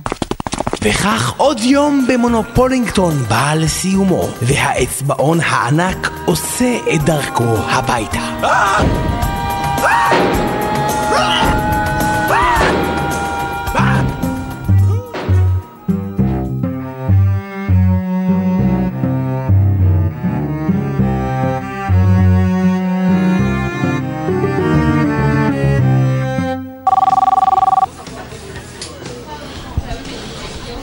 P: וכך עוד יום במונופולינגטון בא לסיומו, והאצבעון הענק עושה את דרכו הביתה.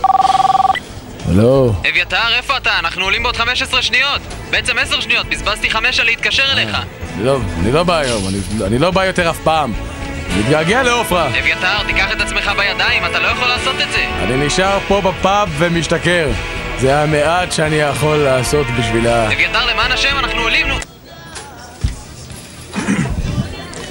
F: לא.
O: הלו.
D: אביתר, איפה אתה? אנחנו עולים בעוד 15 שניות. בעצם 10 שניות, בזבזתי 5 על להתקשר אליך.
O: לא, אני לא בא היום, אני- אני לא בא יותר אף פעם. אני מתגעגע לעופרה.
D: אביתר, תיקח את עצמך בידיים, אתה לא יכול לעשות את זה.
O: אני נשאר פה בפאב ומשתכר. זה המעט שאני יכול לעשות בשבילה.
D: אביתר, למען השם, אנחנו עולים, נו.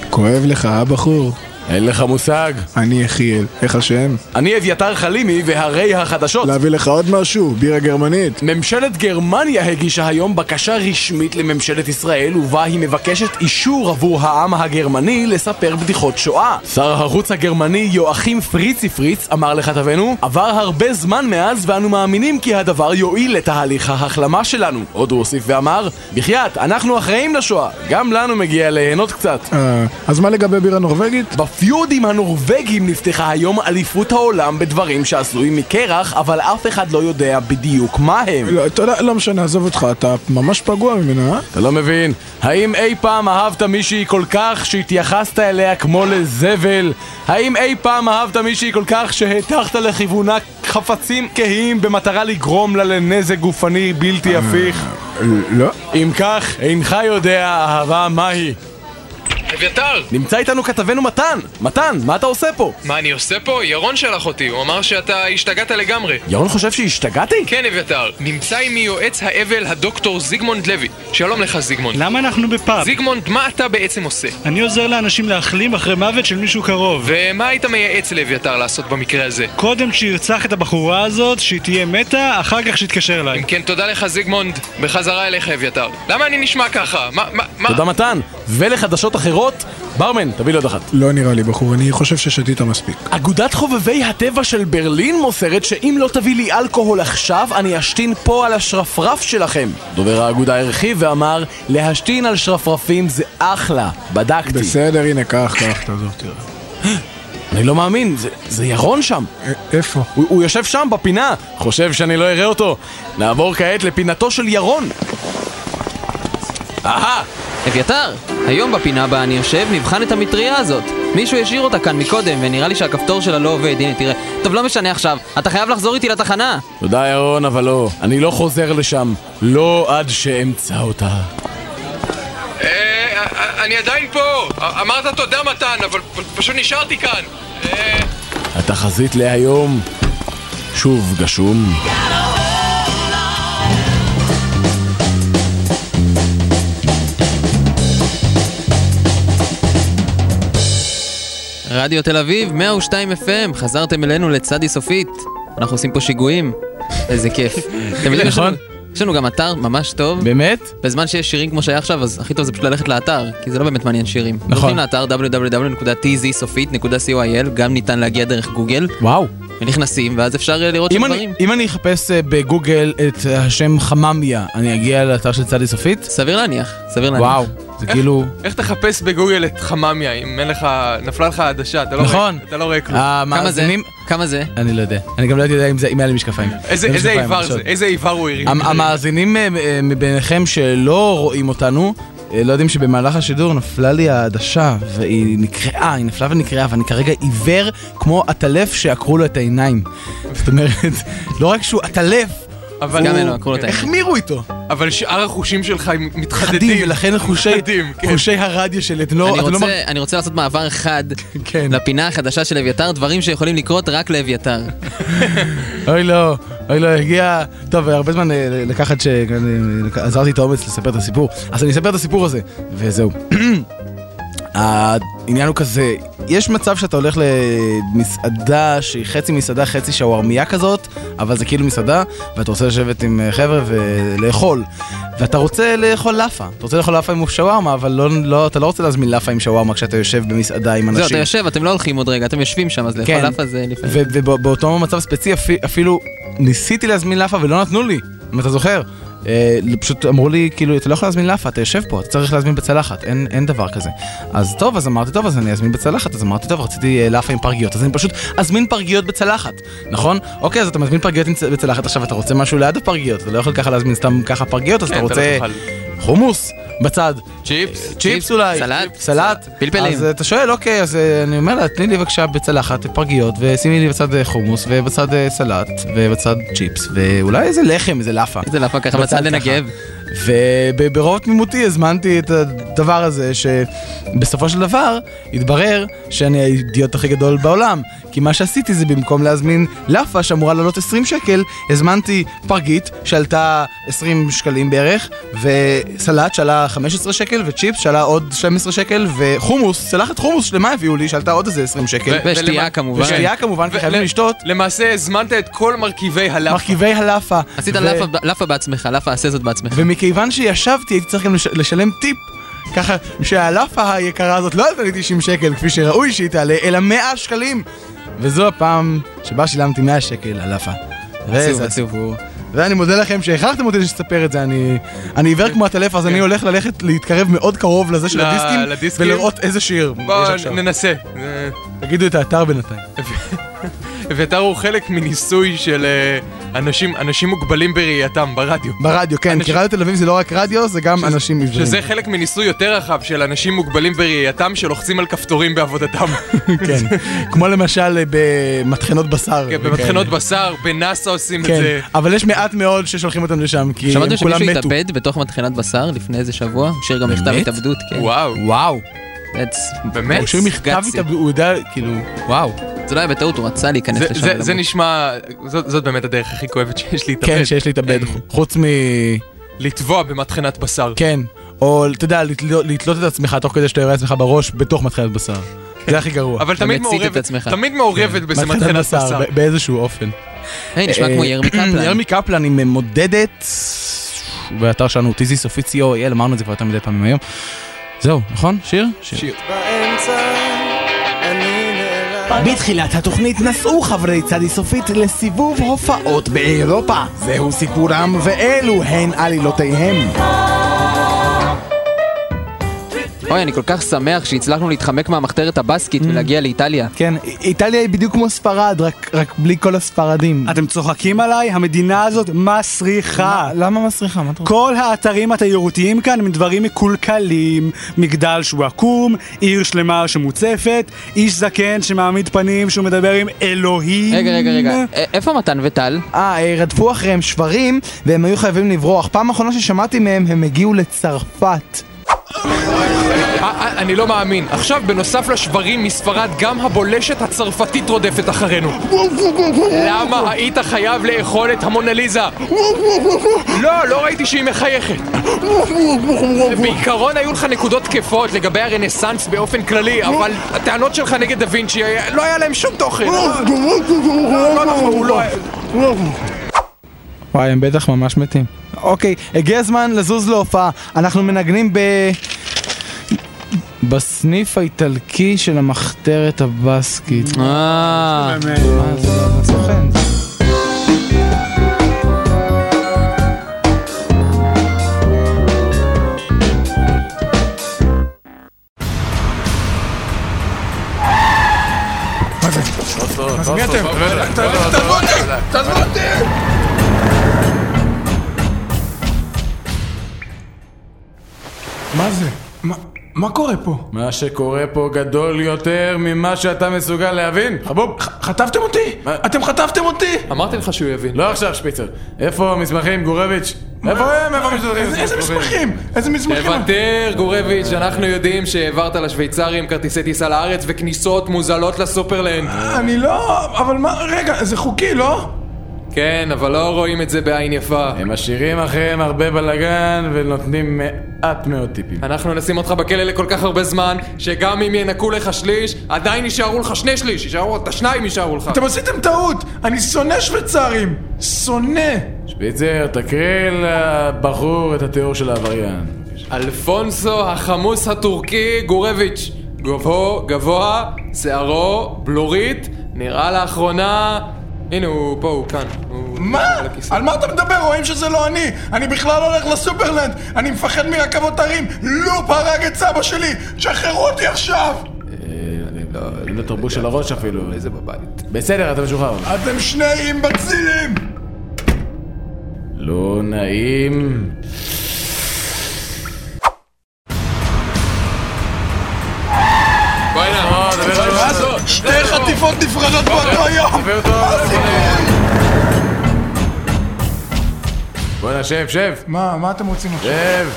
B: כואב לך, אה, בחור?
F: אין לך מושג.
O: אני יחיאל, איך השם?
F: אני אביתר חלימי והרי החדשות.
O: להביא לך עוד משהו, בירה גרמנית.
F: ממשלת גרמניה הגישה היום בקשה רשמית לממשלת ישראל ובה היא מבקשת אישור עבור העם הגרמני לספר בדיחות שואה. שר החוץ הגרמני יואכים פריצי פריץ, אמר לכתבנו, עבר הרבה זמן מאז ואנו מאמינים כי הדבר יועיל לתהליך ההחלמה שלנו. עוד הוא הוסיף ואמר, בחייאת, אנחנו אחראים לשואה, גם לנו מגיע ליהנות קצת.
O: אה, אז מה לגבי בירה נורבגית?
F: בפיודים הנורבגים נפתחה היום אליפות העולם בדברים שעשויים מקרח, אבל אף אחד לא יודע בדיוק מה הם.
O: לא, אתה יודע, לא משנה, עזוב אותך, אתה ממש פגוע ממנה, אה?
F: אתה לא מבין, האם אי פעם אהבת מישהי כל כך שהתייחסת אליה כמו לזבל? האם אי פעם אהבת מישהי כל כך שהטחת לכיוונה חפצים כהים במטרה לגרום לה לנזק גופני
O: אה.
F: בלתי הפיך?
O: לא.
F: אם כך, אינך יודע אהבה מהי.
A: אביתר!
F: נמצא איתנו כתבנו מתן! מתן, מה אתה עושה פה?
A: מה אני עושה פה? ירון שלח אותי, הוא אמר שאתה השתגעת לגמרי.
F: ירון חושב שהשתגעתי?
A: כן, אביתר, נמצא עימי יועץ האבל הדוקטור זיגמונד לוי. שלום לך, זיגמונד.
E: למה אנחנו בפאב?
A: זיגמונד, מה אתה בעצם עושה?
E: אני עוזר לאנשים להחלים אחרי מוות של מישהו קרוב.
A: ומה היית מייעץ לאביתר לעשות במקרה הזה?
E: קודם שירצח את הבחורה הזאת, שהיא תהיה מתה, אחר כך שיתקשר אליי.
A: אם כן, תודה לך, זיגמונד. בחזרה אליך, אביתר. למה אני נשמע ככה? מה, מה, מה?
F: תודה מתן, ולחדשות אחרות, ברמן, תביא לי עוד אחת.
O: לא נראה לי, בחור, אני חושב ששתית מספיק.
F: אגודת חובבי הטבע של ברלין מוסרת שאם לא תביא לי אלכוהול עכשיו, אני אשתין פה על השרפרף שלכם. דובר האגודה הרחיב ואמר, להשתין על שרפרפים זה אחלה, בדקתי.
O: בסדר, הנה, קח, קח, תעזוב, תראה.
F: אני לא מאמין, זה, זה ירון שם.
O: איפה?
F: הוא, הוא יושב שם, בפינה. חושב שאני לא אראה אותו. נעבור כעת לפינתו של ירון. אהה!
D: אביתר, היום בפינה בה אני יושב נבחן את המטריה הזאת. מישהו השאיר אותה כאן מקודם, ונראה לי שהכפתור שלה לא עובד, הנה תראה. טוב, לא משנה עכשיו, אתה חייב לחזור איתי לתחנה.
F: תודה ירון, אבל לא. אני לא חוזר לשם. לא עד שאמצא אותה.
A: אה, אני עדיין פה! אה, אמרת תודה, מתן, אבל פ- פשוט נשארתי כאן. אה,
F: התחזית להיום שוב גשום.
D: רדיו תל אביב, 102 FM, חזרתם אלינו לצדי סופית. אנחנו עושים פה שיגועים. איזה כיף. אתם יודעים, יש לנו- יש לנו גם אתר ממש טוב.
F: נכון. באמת?
D: בזמן שיש שירים כמו שהיה עכשיו, אז הכי טוב זה פשוט ללכת לאתר, כי זה לא באמת מעניין שירים. הולכים
F: נכון.
D: לאתר www.tzsופית.coil, גם ניתן להגיע דרך גוגל.
F: וואו.
D: ונכנסים, ואז אפשר אה, לראות שם
F: אם אני,
D: דברים.
F: אם אני אחפש אה, בגוגל את אה, השם חממיה, אני אגיע לאתר של צדי סופית?
D: סביר להניח, סביר
A: להניח.
F: וואו, זה כאילו...
A: איך תחפש בגוגל את חממיה אם אין לך, נפלה לך עדשה, אתה לא
F: נכון.
A: רואה- אתה לא רואה כלום.
F: המאזינים...
D: כמה זה?
F: אני לא יודע. אני גם לא הייתי יודע אם זה- אם היה לי משקפיים.
A: איזה-
F: זה
A: איזה
F: משקפיים,
A: איבר
F: עכשיו.
A: זה? איזה איבר הוא הרים?
F: המ- המאזינים אה, אה, מביניכם שלא רואים אותנו, אה, לא יודעים שבמהלך השידור נפלה לי העדשה, והיא נקרעה, היא נפלה ונקרעה, ואני כרגע עיוור כמו עטלף שעקרו לו את העיניים. זאת אומרת, לא רק שהוא עטלף,
A: אבל- גם
F: הוא-
A: אלו עקרו לו את העיניים.
F: החמירו איתו.
A: אבל שאר החושים שלך הם מתחדדים.
F: חדים, ולכן חושי-
A: מתחדדים, כן.
F: חושי הרדיו של אתם לא...
D: אני
F: אתם לא כן.
D: רוצה-
F: מר-
D: אני רוצה לעשות מעבר חד לפינה החדשה של אביתר, דברים שיכולים לקרות רק לאביתר.
F: אוי לא, אוי לא, הגיע... טוב, הרבה זמן אה, לקח עד שעזרתי את האומץ לספר את הסיפור. אז אני אספר את הסיפור הזה, וזהו. העניין הוא כזה, יש מצב שאתה הולך למסעדה שהיא חצי מסעדה, חצי שווארמיה כזאת, אבל זה כאילו מסעדה, ואתה רוצה לשבת עם אה, חבר'ה ולאכול. ואתה רוצה לאכול לאפה. אתה רוצה לאכול לאפה עם שווארמה, אבל לא, לא, אתה לא רוצה להזמין לאפה עם שווארמה כשאתה יושב במסעדה עם אנשים.
D: זהו, אתה יושב, אתם לא הולכים עוד רגע, אתם יושבים שם, אז לאכול
F: כן.
D: אף הזה לפעמים.
F: ו- ובאותו מצב ספציפי אפי- אפילו ניסיתי להזמין לאפה ולא נתנו לי, אם אתה זוכר. אה, פשוט אמרו לי, כאילו, אתה לא יכול להזמין לאפה, אתה יושב פה, אתה צריך להזמין בצלחת, אין, אין דבר כזה. אז טוב, אז אמרתי, טוב, אז אני אזמין בצלחת, אז אמרתי, טוב, רציתי אה, לאפה עם פרגיות, אז אני פשוט אזמין פרגיות בצלחת, נכון? אוקיי, אז אתה מזמין פרגיות עם צ- בצלחת, עכשיו אתה רוצה משהו ליד הפרגיות, אתה לא יכול ככה להזמין סתם ככה פרגיות, אז
A: כן,
F: אתה
A: אתה לא
F: רוצה
A: תאכל.
F: חומוס בצד.
O: אה,
A: צ'יפס?
F: צ'יפס אולי.
D: סלט?
F: סלט.
D: פלפלים.
F: אז אה, אתה שואל, אוקיי, אז אה, אני אומר לה, תני לי בבקשה בצלחת פרגיות, ושימי לי בצד אה, חומוס, ובצד אה, סלט, ובצד צ'יפס, ואולי איזה לחם, איזה לאפה.
D: איזה לאפה ככה, בצד לנגב.
F: וברוב תמימותי הזמנתי את הדבר הזה, שבסופו של דבר התברר שאני האידיוט הכי גדול בעולם. כי מה שעשיתי זה במקום להזמין לאפה שאמורה לעלות 20 שקל, הזמנתי פרגית שעלתה 20 שקלים בערך, וסלט שעלה 15 שקל, שקל, וצ'יפס שעלה עוד 12 שקל, וחומוס, צלחת חומוס שלמה הביאו לי, שעלתה עוד איזה 20 שקל.
A: כן.
D: ושתייה כמובן. כן.
F: ושתייה כמובן, כי חייבים לשתות.
A: למעשה הזמנת את כל מרכיבי הלאפה.
F: מרכיבי הלאפה.
D: עשית
F: ו-
D: לאפה ב- לאפה בעצמך, לאפה עשה זאת בעצמך.
F: ומכיוון שישבתי, הייתי צריך גם לש- לשלם טיפ. ככה שהלאפה היקרה הזאת לא עלתה לי 90 שקל, כפי שראוי שהיא תעלה, אלא 100 שקלים. וזו הפעם שבה שילמתי 100 שקל על לאפה.
D: עצוב,
F: ואיזה
D: עצוב.
F: סיפור. ואני מודה לכם שהכרחתם אותי לספר את זה, אני, אני עיוור כמו הטלף, אז אני הולך ללכת להתקרב מאוד קרוב לזה של
A: כן. ל-
F: הדיסקים,
A: לדיסקים?
F: ולראות איזה שיר יש
A: בואו
F: עכשיו.
A: ננסה. אה,
F: תגידו את האתר בינתיים.
A: אביתר הוא חלק מניסוי של אה, אנשים אנשים מוגבלים בראייתם ברדיו.
F: ברדיו, כן, כי
A: אנשים-
F: רדיו תל אביב זה לא רק רדיו, זה גם אנשים עיוורים.
A: שזה חלק מניסוי יותר רחב של אנשים מוגבלים בראייתם שלוחצים על כפתורים בעבודתם.
F: כן, כמו למשל אה, במטחנות בשר.
A: כן, במטחנות בשר, בנאסא עושים את
F: כן,
A: זה.
F: אבל יש מעט מאוד ששולחים אותם לשם, כי הם
D: שמעתם
F: כולם
D: שמישהו
F: מתו.
D: התאבד בתוך מטחנת בשר לפני איזה שבוע? הוא שיר גם מכתב
F: באמת?
D: התאבדות, כן.
A: וואו.
F: וואו.
D: That's-
A: באמת?
D: That's
F: הוא שיר מכתב
D: gutsy.
F: התאבדות, הוא יודע, כאילו, וואו.
D: זה לא היה בטעות, הוא רצה להיכנס
A: זה-
D: לשם.
A: זה-
D: ולמות.
A: זה נשמע, זאת זאת באמת הדרך הכי כואבת שיש להתאבד.
F: כן, שיש להתאבד, חוץ מ...
A: לטבוע במטחנת בשר.
F: כן, או, אתה יודע, לתלות- לתלות את עצמך תוך כדי שאתה יורה לעצמך בראש בתוך מטחנת בשר.
D: כן.
F: זה הכי גרוע.
A: אבל תמיד מעורבת, תמיד מעורבת בזה
F: מטחנת בשר, ב- באיזשהו אופן. אה,
D: היי, נשמע כמו ירמי קפלן.
F: ירמי קפלן עם אה, מודדת, באתר שלנו, טיזיס אופיציו, יאל, אמרנו את זה כבר יותר מדי פעמים היום. זהו, נכון? שיר? שיר.
C: בתחילת התוכנית נסעו חברי צדי סופית לסיבוב הופעות באירופה. זהו סיפורם ואלו הן עלילותיהם.
D: אוי, אני כל כך שמח שהצלחנו להתחמק מהמחתרת הבסקית ולהגיע לאיטליה.
C: כן, איטליה היא בדיוק כמו ספרד, רק, רק בלי כל הספרדים.
E: אתם צוחקים עליי? המדינה הזאת מסריחה.
C: למה מסריחה? מה אתה
E: רוצה? כל האתרים התיירותיים כאן הם דברים מקולקלים. מגדל שהוא עקום, עיר שלמה שמוצפת, איש זקן שמעמיד פנים שהוא מדבר עם אלוהים.
D: רגע, רגע, רגע. א- איפה מתן וטל?
C: אה, אה, רדפו אחריהם שברים, והם היו חייבים לברוח. פעם אחרונה ששמעתי מהם, הם הגיעו לצרפת.
A: אה, אה, אני לא מאמין. עכשיו, בנוסף לשברים מספרד, גם הבולשת הצרפתית רודפת אחרינו. למה היית חייב לאכול את המונליזה? לא, לא ראיתי שהיא מחייכת. בעיקרון היו לך נקודות תקפות לגבי הרנסאנס באופן כללי, אבל הטענות שלך נגד דה וינצ'י, לא היה להם שום
O: אה,
A: תוכן. לא, לא, הוא לא...
C: וואי, הם בטח ממש מתים. אוקיי, הגיע הזמן לזוז להופעה. אנחנו מנגנים ב... בסניף האיטלקי של המחתרת הבסקית.
D: אה...
J: אז מי אתם?
A: לא,
J: תעזבו אותי! תעזבו אותי!
A: לא.
O: מה זה? מה קורה פה? מה שקורה פה גדול יותר ממה שאתה מסוגל להבין, חבוב. חטפתם אותי? אתם חטפתם אותי?
A: אמרתי לך שהוא יבין.
O: לא עכשיו, שפיצר. איפה המסמכים, גורביץ'? איפה הם? איפה המסמכים?
J: איזה מסמכים? איזה מסמכים?
A: תוותר, גורביץ', אנחנו יודעים שהעברת לשוויצרים כרטיסי טיסה לארץ וכניסות מוזלות לסופרלנד.
J: אני לא... אבל מה... רגע, זה חוקי, לא?
A: כן, אבל לא רואים את זה בעין יפה.
O: הם משאירים אחריהם הרבה בלאגן ונותנים מעט מאוד טיפים.
A: אנחנו נשים אותך בכלא לכל כך הרבה זמן, שגם אם ינקו לך שליש, עדיין יישארו לך שני שליש, יישארו, את השניים יישארו לך.
J: אתם עשיתם טעות! אני שונא שוויצרים! שונא!
O: שפיצר, תקריא לבחור את התיאור של העבריין.
A: אלפונסו החמוס הטורקי גורביץ'. גובהו גבוה, שערו בלורית, נראה לאחרונה... הנה הוא פה, הוא כאן. הוא-
J: מה? על מה אתה מדבר? רואים שזה לא אני! אני בכלל הולך לסופרלנד! אני מפחד מרכבות הרים! לופ הרג את סבא שלי! שחררו אותי עכשיו!
O: לא, אין לו תרבוש של הראש אפילו. איזה בבית. בסדר, אתה משוחרר.
J: אתם שני אימבצילים!
O: לא נעים.
A: בוא'נה,
J: מה זאת? שתי חטיפות נפרדות באותו יום!
O: בוא'נה, שב, שב.
J: מה, מה אתם רוצים עכשיו?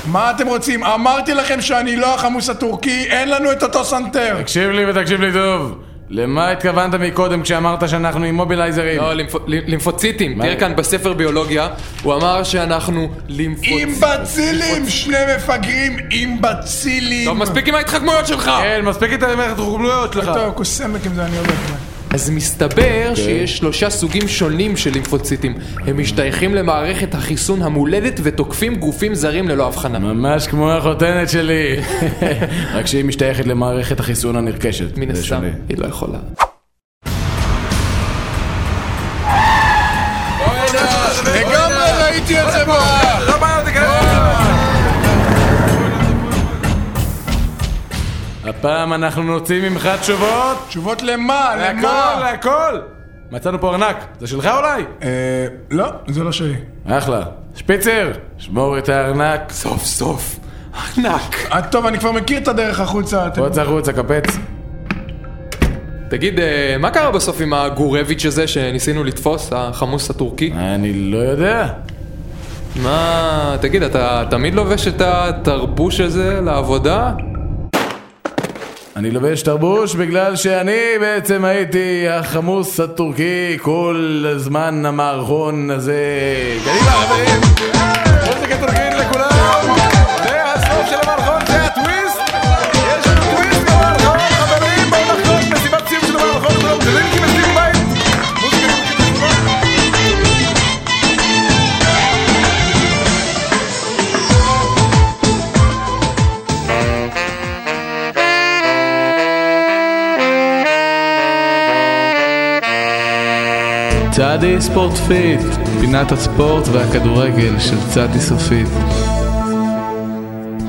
J: מה אתם רוצים? אמרתי לכם שאני לא החמוס הטורקי, אין לנו את אותו סנטר!
O: תקשיב לי ותקשיב לי טוב. למה התכוונת מקודם כשאמרת שאנחנו עם מובילייזרים?
A: לא, לימפו- לימפוציטים. תראה כאן בספר ביולוגיה, הוא אמר שאנחנו לימפוציטים.
J: אימבצילים! שני מפגרים אימבצילים!
A: טוב, מספיק עם ההתחכמויות שלך!
O: כן, מספיק עם ההתחכמויות
K: אה.
O: שלך.
J: טוב, קוסמק עם זה, אני הולך.
A: אז
O: כן.
A: מסתבר שיש שלושה סוגים שונים של לימפוציטים. הם משתייכים למערכת החיסון המולדת ותוקפים גופים זרים ללא הבחנה.
O: ממש כמו החותנת שלי. רק שהיא משתייכת למערכת החיסון הנרכשת. מן הסתם,
A: היא לא יכולה.
J: לגמרי ראיתי את זה בא! לא בעיה,
O: הפעם אנחנו נוציא ממך תשובות.
J: תשובות למה? למה?
O: לכל, לכל. מצאנו פה ארנק. זה שלך אולי?
J: אה... לא, זה לא שלי.
O: אחלה. שפיצר, שמור את הארנק.
J: סוף סוף. ענק. אה, טוב, אני כבר מכיר את הדרך החוצה. אתם-
O: חוץ החוצה, קפץ.
A: תגיד, אה, מה קרה בסוף עם הגורביץ' הזה שניסינו לתפוס, החמוס הטורקי?
O: אני לא יודע.
A: מה, תגיד, אתה תמיד לובש את התרבוש הזה לעבודה?
O: אני לובש תרבוש בגלל שאני בעצם הייתי החמוס הטורקי כל הזמן המערכון הזה. קדימה חברים! מוזיקה טורקית לכולם! זה הסוף של המערכון, זה הטוויסט! יש לנו טוויסט במערכון, חברים! בואו נחגוג מסיבת סיום של המערכון, כולם גדולים כמסיב בית!
F: צעדי ספורט פיט, פינת הספורט והכדורגל של צעדי סופית.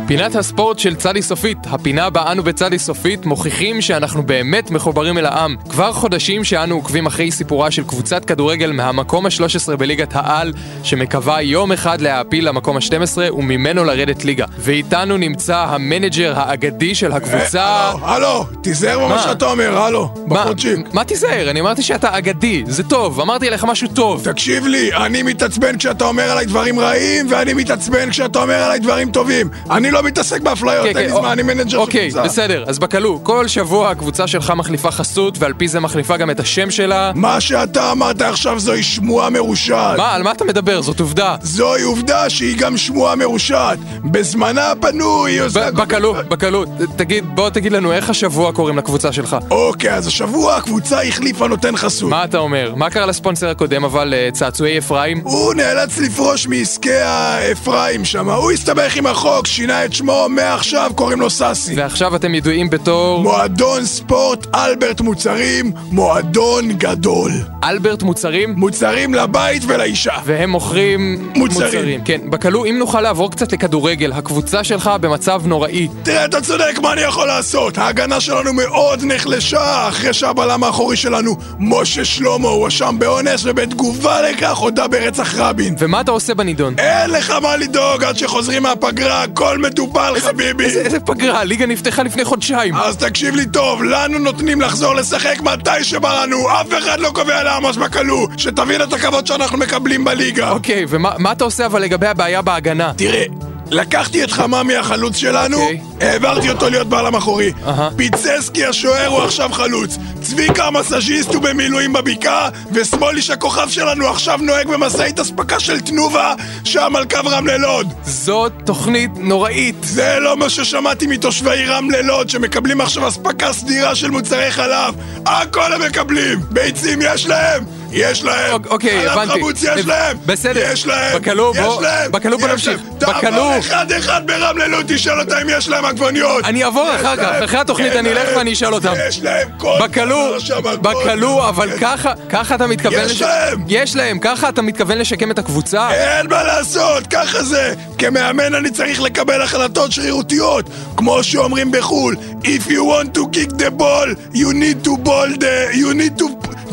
A: פינת הספורט של צדי סופית, הפינה בה אנו וצדי סופית מוכיחים שאנחנו באמת מחוברים אל העם. כבר חודשים שאנו עוקבים אחרי סיפורה של קבוצת כדורגל מהמקום ה-13 בליגת העל, שמקווה יום אחד להעפיל למקום ה-12 וממנו לרדת ליגה. ואיתנו נמצא המנג'ר האגדי של הקבוצה...
J: אה, הלו, הלו, תיזהר במה
A: מה?
J: שאתה אומר, הלו,
A: מה-
J: בחודשיק.
A: מה תיזהר? אני אמרתי שאתה אגדי, זה טוב, אמרתי עליך משהו טוב.
J: תקשיב לי, אני מתעצבן כשאתה אומר עליי דברים רעים, ואני מתעצבן כשאתה אומר עליי דברים טובים. אני לא מתעסק באפליות,
A: כן,
J: אין לי
A: כן,
J: זמן, אני מנג'ר של
A: אוקיי,
J: קבוצה.
A: בסדר, אז בקלו, כל שבוע הקבוצה שלך מחליפה חסות, ועל פי זה מחליפה גם את השם שלה.
J: מה שאתה אמרת עכשיו זוהי שמועה מרושעת.
A: מה, על מה אתה מדבר? זאת עובדה.
J: זוהי עובדה שהיא גם שמועה מרושעת. בזמנה הפנוי היא עושה...
A: בקלות, בקלות. תגיד, בוא תגיד לנו איך השבוע קוראים לקבוצה שלך.
J: אוקיי, אז השבוע הקבוצה החליפה נותן חסות.
A: מה אתה אומר? מה קרה לספונסר הקודם אבל, אה, צעצועי אפרים?
J: הוא נאלץ לפרוש מעסקי האפרים שם, הוא הסתבך עם החוק, שינה את שמו, מעכשיו קוראים לו סאסי.
A: ועכשיו אתם ידועים בתור...
J: מועדון ספורט אלברט מוצרים, מועדון גדול.
A: אלברט מוצרים?
J: מוצרים לבית ולאישה.
A: והם מוכרים...
J: מוצרים.
A: כן, בקלו, אם נוכל לעבור קצת לכדורגל, הקבוצה שלך במצב נוראי.
J: תראה, אתה צודק, מה אני יכול לעשות? ההגנה שלנו מאוד נחלשה אחרי שהבלם האחורי שלנו, משה שלמה, הואשם באונס ובתגובה לכך הודה ברצח רבין.
A: ומה אתה עושה בנידון?
J: אין לך מה לדאוג עד שחוזרים מהפגרה, הכל מטופל, חביבי.
A: איזה, איזה פגרה? הליגה נפתחה לפני חודשיים.
J: אז תקשיב לי טוב, לנו נותנים לחזור לשחק מתי שבא לנו, אף אחד לא קובע לעמוס בקלו, שתבין את הכבוד שאנחנו מקבלים בליגה.
A: אוקיי, ומה מה אתה עושה אבל לגבי הבעיה בהגנה?
J: תראה, לקחתי את חממי החלוץ שלנו,
A: אוקיי.
J: העברתי אותו להיות בעלם אחורי. פיצסקי השוער הוא עכשיו חלוץ. צביקה המסאז'יסט הוא במילואים בבקעה, ושמאליש הכוכב שלנו עכשיו נוהג במשאית אספקה של תנובה, שם על קו רמלה לוד.
A: זאת תוכנית נוראית.
J: זה לא מה ששמעתי מתושבי רמלה לוד, שמקבלים עכשיו אספקה סדירה של מוצרי חלב. הכל הם מקבלים! ביצים יש להם! יש להם!
A: אוקיי,
J: חלב
A: הבנתי.
J: חמוץ יש
A: אה,
J: להם!
A: בסדר.
J: יש להם!
A: בקלו,
J: יש
A: בוא-
J: להם!
A: בקלו, בוא
J: יש
A: נמשיך.
J: להם.
A: בקלו.
J: תעבור אחד אחד ברמלה לוד, תשאל אותם אם יש להם עגבניות!
A: אני אעבור
J: יש
A: אחר כך,
J: להם.
A: אחרי התוכנית
J: אין
A: אני אלך
J: להם.
A: ואני אשאל אותם.
J: יש להם כל...
A: בקלו,
J: דבר שם, הכל. כן.
A: בקלו, אבל ככה, ככה אתה מתכוון...
J: יש
A: לש-
J: להם!
A: יש להם, ככה אתה מתכוון לשקם את הקבוצה?
J: אין מה לעשות, ככה זה. כמאמן אני צריך לקבל החלטות שרירותיות. כמו שאומרים בחו"ל, If you want to kick the ball, you need to ball the... you need to...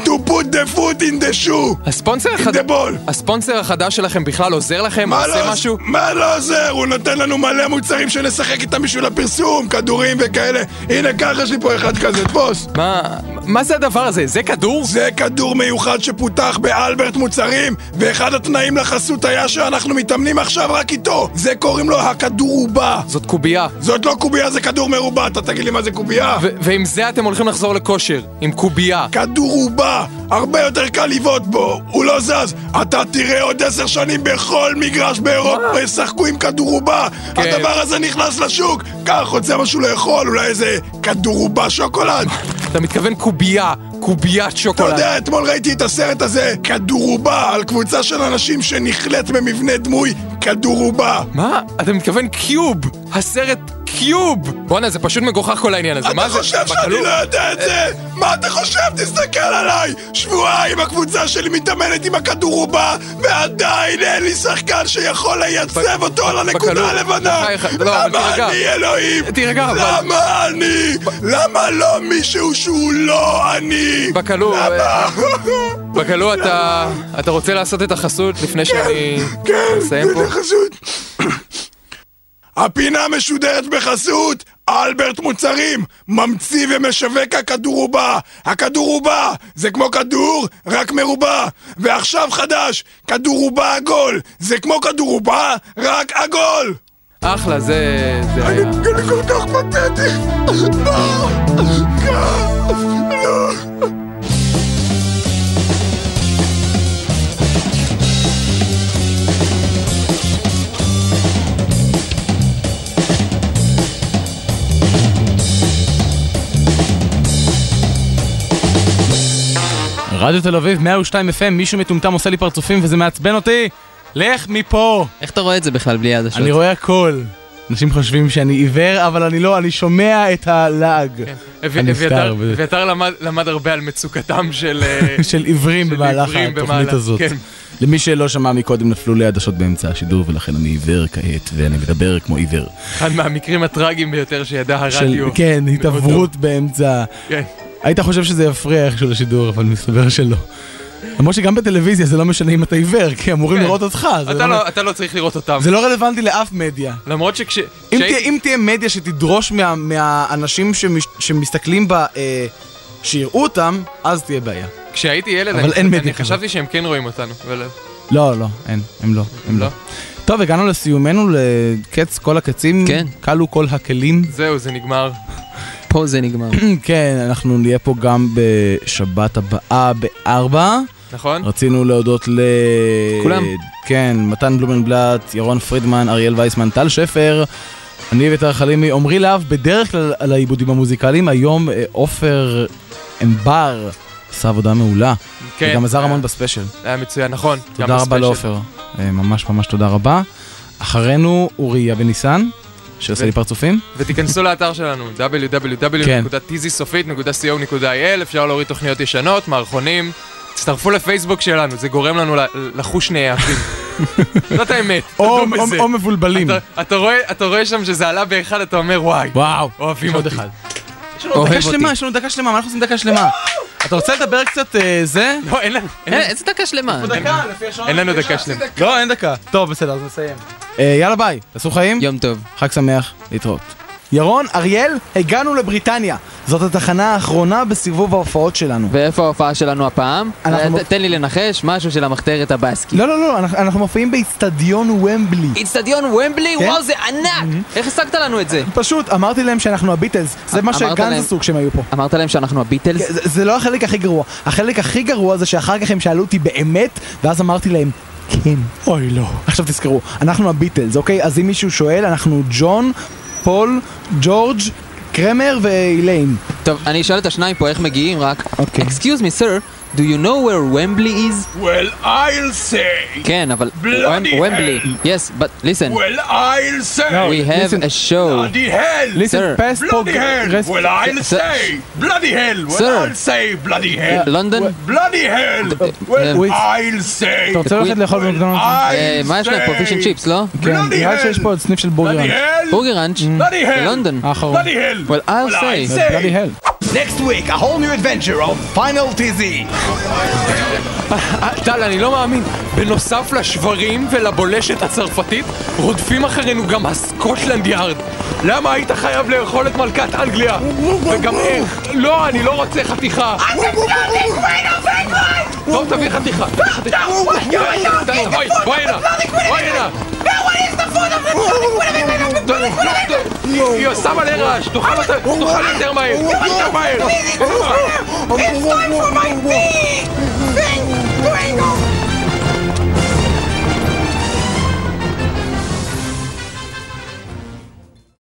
J: to put the foot in the shoe.
A: הספונסר
J: In the ball.
A: הספונסר החדש שלכם בכלל עוזר לכם?
J: מה
A: עושה
J: לא-
A: משהו?
J: מה לא עוזר? הוא נותן לנו מלא מוצרים שנשחק איתם בשביל הפרסום, כדורים וכאלה. הנה, קח, יש לי פה אחד כזה, תפוס.
A: מה... מה זה הדבר הזה? זה כדור?
J: זה כדור מיוחד שפותח באלברט מוצרים, ואחד התנאים לחסות היה שאנחנו מתאמנים עכשיו רק איתו. זה קוראים לו הכדור רובה.
A: זאת קובייה.
J: זאת לא קובייה, זה כדור מרובע. אתה תגיד לי מה זה קובייה?
A: ו- ועם זה אתם הולכים לחזור לכושר, עם קובייה.
J: כדור רובה, הרבה יותר קל לבעוט בו, הוא לא זז. אתה תראה עוד עשר שנים בכל מגרש באירופה ישחקו עם כדור רובה.
A: אה. כן.
J: הדבר הזה נכנס לשוק, קח, רוצה משהו לאכול, לא אולי איזה כדור רובה שוקולד.
A: אתה מתכוון קובייה, קוביית
J: אתה
A: שוקולד.
J: יודע, אתמול ראיתי את הסרט הזה, כדור רובה, על קבוצה של אנשים שנכלאת במבנה דמוי כדור רובה.
A: מה? אתה מתכוון קיוב! הסרט קיוב! בואנה, זה פשוט מגוחך כל העניין הזה. מה
J: אתה
A: זה?
J: חושב שאני
A: בכלוא?
J: לא יודע את זה? מה אתה חושב? תסתכל עליי! שבועיים הקבוצה שלי מתאמנת עם הכדור רובה, ועדיין אין לי שחקן שיכול לייצב אותו על הנקודה
A: בכלוא.
J: הלבנה!
A: בחייך, לא, אבל
J: למה
A: תירגע.
J: אני אלוהים?
A: תירגע, אבל-
J: למה אני? למה לא מישהו שהוא לא אני?
A: בכלוא,
J: למה?
A: בכלוא אתה... אתה רוצה לעשות את החסות לפני שאני...
J: כן,
A: נסיים פה?
J: זה חסות. הפינה משודרת בחסות אלברט מוצרים, ממציא ומשווק הכדור רובה. הכדור רובה זה כמו כדור, רק מרובע. ועכשיו חדש, כדור רובה עגול. זה כמו כדור רובה, רק עגול.
A: אחלה, זה... זה היה...
J: אני כל כך פתטי. לא, לא.
F: רדיו תל אביב, 102 FM, מישהו מטומטם עושה לי פרצופים וזה מעצבן אותי! לך מפה!
D: איך אתה רואה את זה בכלל בלי העדשות?
F: אני רואה הכל. אנשים חושבים שאני עיוור, אבל אני לא, אני שומע את הלעג.
J: כן.
A: אב- אביתר-
F: הנפטר.
A: אביתר למד- למד הרבה על מצוקתם של... אה,
F: של עיוורים במהלך
A: עיוורים
F: התוכנית
A: במהלך-
F: הזאת.
A: כן.
F: למי שלא שמע מקודם, נפלו לי עדשות באמצע השידור, ולכן אני עיוור כעת, ואני מדבר כמו עיוור.
A: אחד מהמקרים הטראגיים ביותר שידע
F: של,
A: הרדיו.
F: כן, התעוורות באמצע.
A: כן.
F: היית חושב שזה יפריע איכשהו לשידור, אבל מסתבר שלא. למרות שגם בטלוויזיה זה לא משנה אם אתה עיוור, כי אמורים
A: כן.
F: לראות אותך. זה
A: אתה
F: לא-
A: לא- אתה לא צריך לראות אותם.
F: זה לא רלוונטי לאף מדיה.
A: למרות שכש...
F: אם
A: כשהייתי-
F: תהיה- אם תהיה מדיה שתדרוש מה- מהאנשים שמש- שמסתכלים בה, אה, שיראו אותם, אז תהיה בעיה.
A: כשהייתי ילד,
F: אבל
A: אני-
F: אין מדיה
A: אני
F: כזאת.
A: חשבתי שהם כן רואים אותנו. אבל-
F: לא, לא, אין, הם לא, הם לא. טוב, הגענו לסיומנו, לקץ כל הקצים, כלו כל הכלים.
A: זהו, זה נגמר.
D: פה זה נגמר.
F: כן, אנחנו נהיה פה גם בשבת הבאה בארבע.
A: נכון.
F: רצינו להודות ל...
A: כולם.
F: כן, מתן בלומנבלט, ירון פרידמן, אריאל וייסמן, טל שפר. אני ויתר חלימי, עמרי להב, בדרך כלל על העיבודים המוזיקליים, היום אה, עופר אמבר עשה עבודה מעולה.
A: כן.
F: וגם עזר המון בספיישל.
A: היה מצוין, נכון. גם
F: תודה רבה
A: בספיישל.
F: לעופר. אה, ממש ממש תודה רבה. אחרינו אוריה בניסן, שעושה
A: ו-
F: לי פרצופים.
A: ותיכנסו לאתר שלנו,
F: כן.
A: www.tzsופית.co.il, אפשר להוריד תוכניות ישנות, מערכונים. תצטרפו לפייסבוק שלנו, זה גורם לנו ל- לחוש נעייפים. זאת האמת.
F: או-
A: תודו
F: או-
A: בזה.
F: או מבולבלים.
A: אתה- אתה רואה- אתה רואה שם שזה עלה באחד, אתה אומר וואי.
F: וואו.
A: אוהבים
F: עוד
A: אותי.
F: אחד. יש לנו דקה שלמה, יש לנו דקה שלמה, מה אנחנו עושים דקה שלמה? אתה רוצה לדבר קצת אה, זה? אה,
A: לא, אין לנו.
D: אין, אה, איזה דקה שלמה?
F: דקה, לפי השעון.
A: אין לנו דקה שלמה.
F: לא, אין דקה. טוב, בסדר, אז נסיים. אה, יאללה ביי, תעשו חיים.
D: יום טוב.
F: חג שמח, להתראות.
K: ירון, אריאל, הגענו לבריטניה. זאת התחנה האחרונה בסיבוב ההופעות שלנו.
D: ואיפה ההופעה שלנו הפעם?
K: אנחנו-
D: אה, ת- תן לי לנחש, משהו של המחתרת הבאסקית.
K: לא, לא, לא, אנחנו- אנחנו מופיעים באיצטדיון ומבלי.
D: איצטדיון ומבלי?
K: כן.
D: וואו, זה ענק! איך השגת לנו את זה?
K: פשוט אמרתי להם שאנחנו הביטלס, זה מה
D: אמרת
K: שגנץ
D: להם-
K: עשו כשהם היו פה.
D: אמרת להם שאנחנו הביטלס?
K: זה- זה לא החלק הכי גרוע, החלק הכי גרוע זה שאחר כך הם שאלו אותי באמת, ואז אמרתי להם, כן. אוי לא. עכשיו תזכרו, אנחנו הביטלס, אוקיי? אז אם מישהו שואל, אנחנו ג'ון, פול, ג'ורג', קרמר ואיליין.
D: טוב, אני אשאל את השניים פה איך מגיעים רק. Excuse me, sir, do you know where Wembley is?
J: Well, I'll say.
D: כן, אבל...
J: Bloody
D: Wem- Wembley. Yes, but listen.
J: Well, I'll say.
D: We have a show.
J: Bloody hell!
D: Sir.
J: bloody hell! Well, I'll
D: Sir.
J: say bloody hell! Well,
D: Sir.
J: I'll say bloody hell!
D: London?
J: bloody hell!
D: uh,
J: well,
D: with-
J: I'll say.
K: אתה רוצה ללכת לאכול במקדונלדס?
D: אה, מה יש להם פה? פיש אנד צ'יפס, לא?
K: כן, נראה לי שיש פה עוד סניף של בורגראנץ'.
D: בורגראנץ'?
K: Bloody hell.
D: בלונדון.
K: האחרון. Bloody hell.
D: Well, I'll
K: Well, I'll
D: say.
K: say. Bloody hell.
H: Next week, a whole new adventure of Final TZ.
A: טל, אני לא מאמין. בנוסף לשברים ולבולשת הצרפתית, רודפים אחרינו גם הסקוטלנד יארד. למה היית חייב לאכול את מלכת אנגליה? וגם איך? לא, אני לא רוצה חתיכה. בוא תביא חתיכה. חתיכה. די, בואי, בואי הנה. בואי הנה. היא עושה מלא רעש, תאכל אותה- תאכל יותר מהר, יותר מהר.
Q: It's time for my feet! Bing! Bing!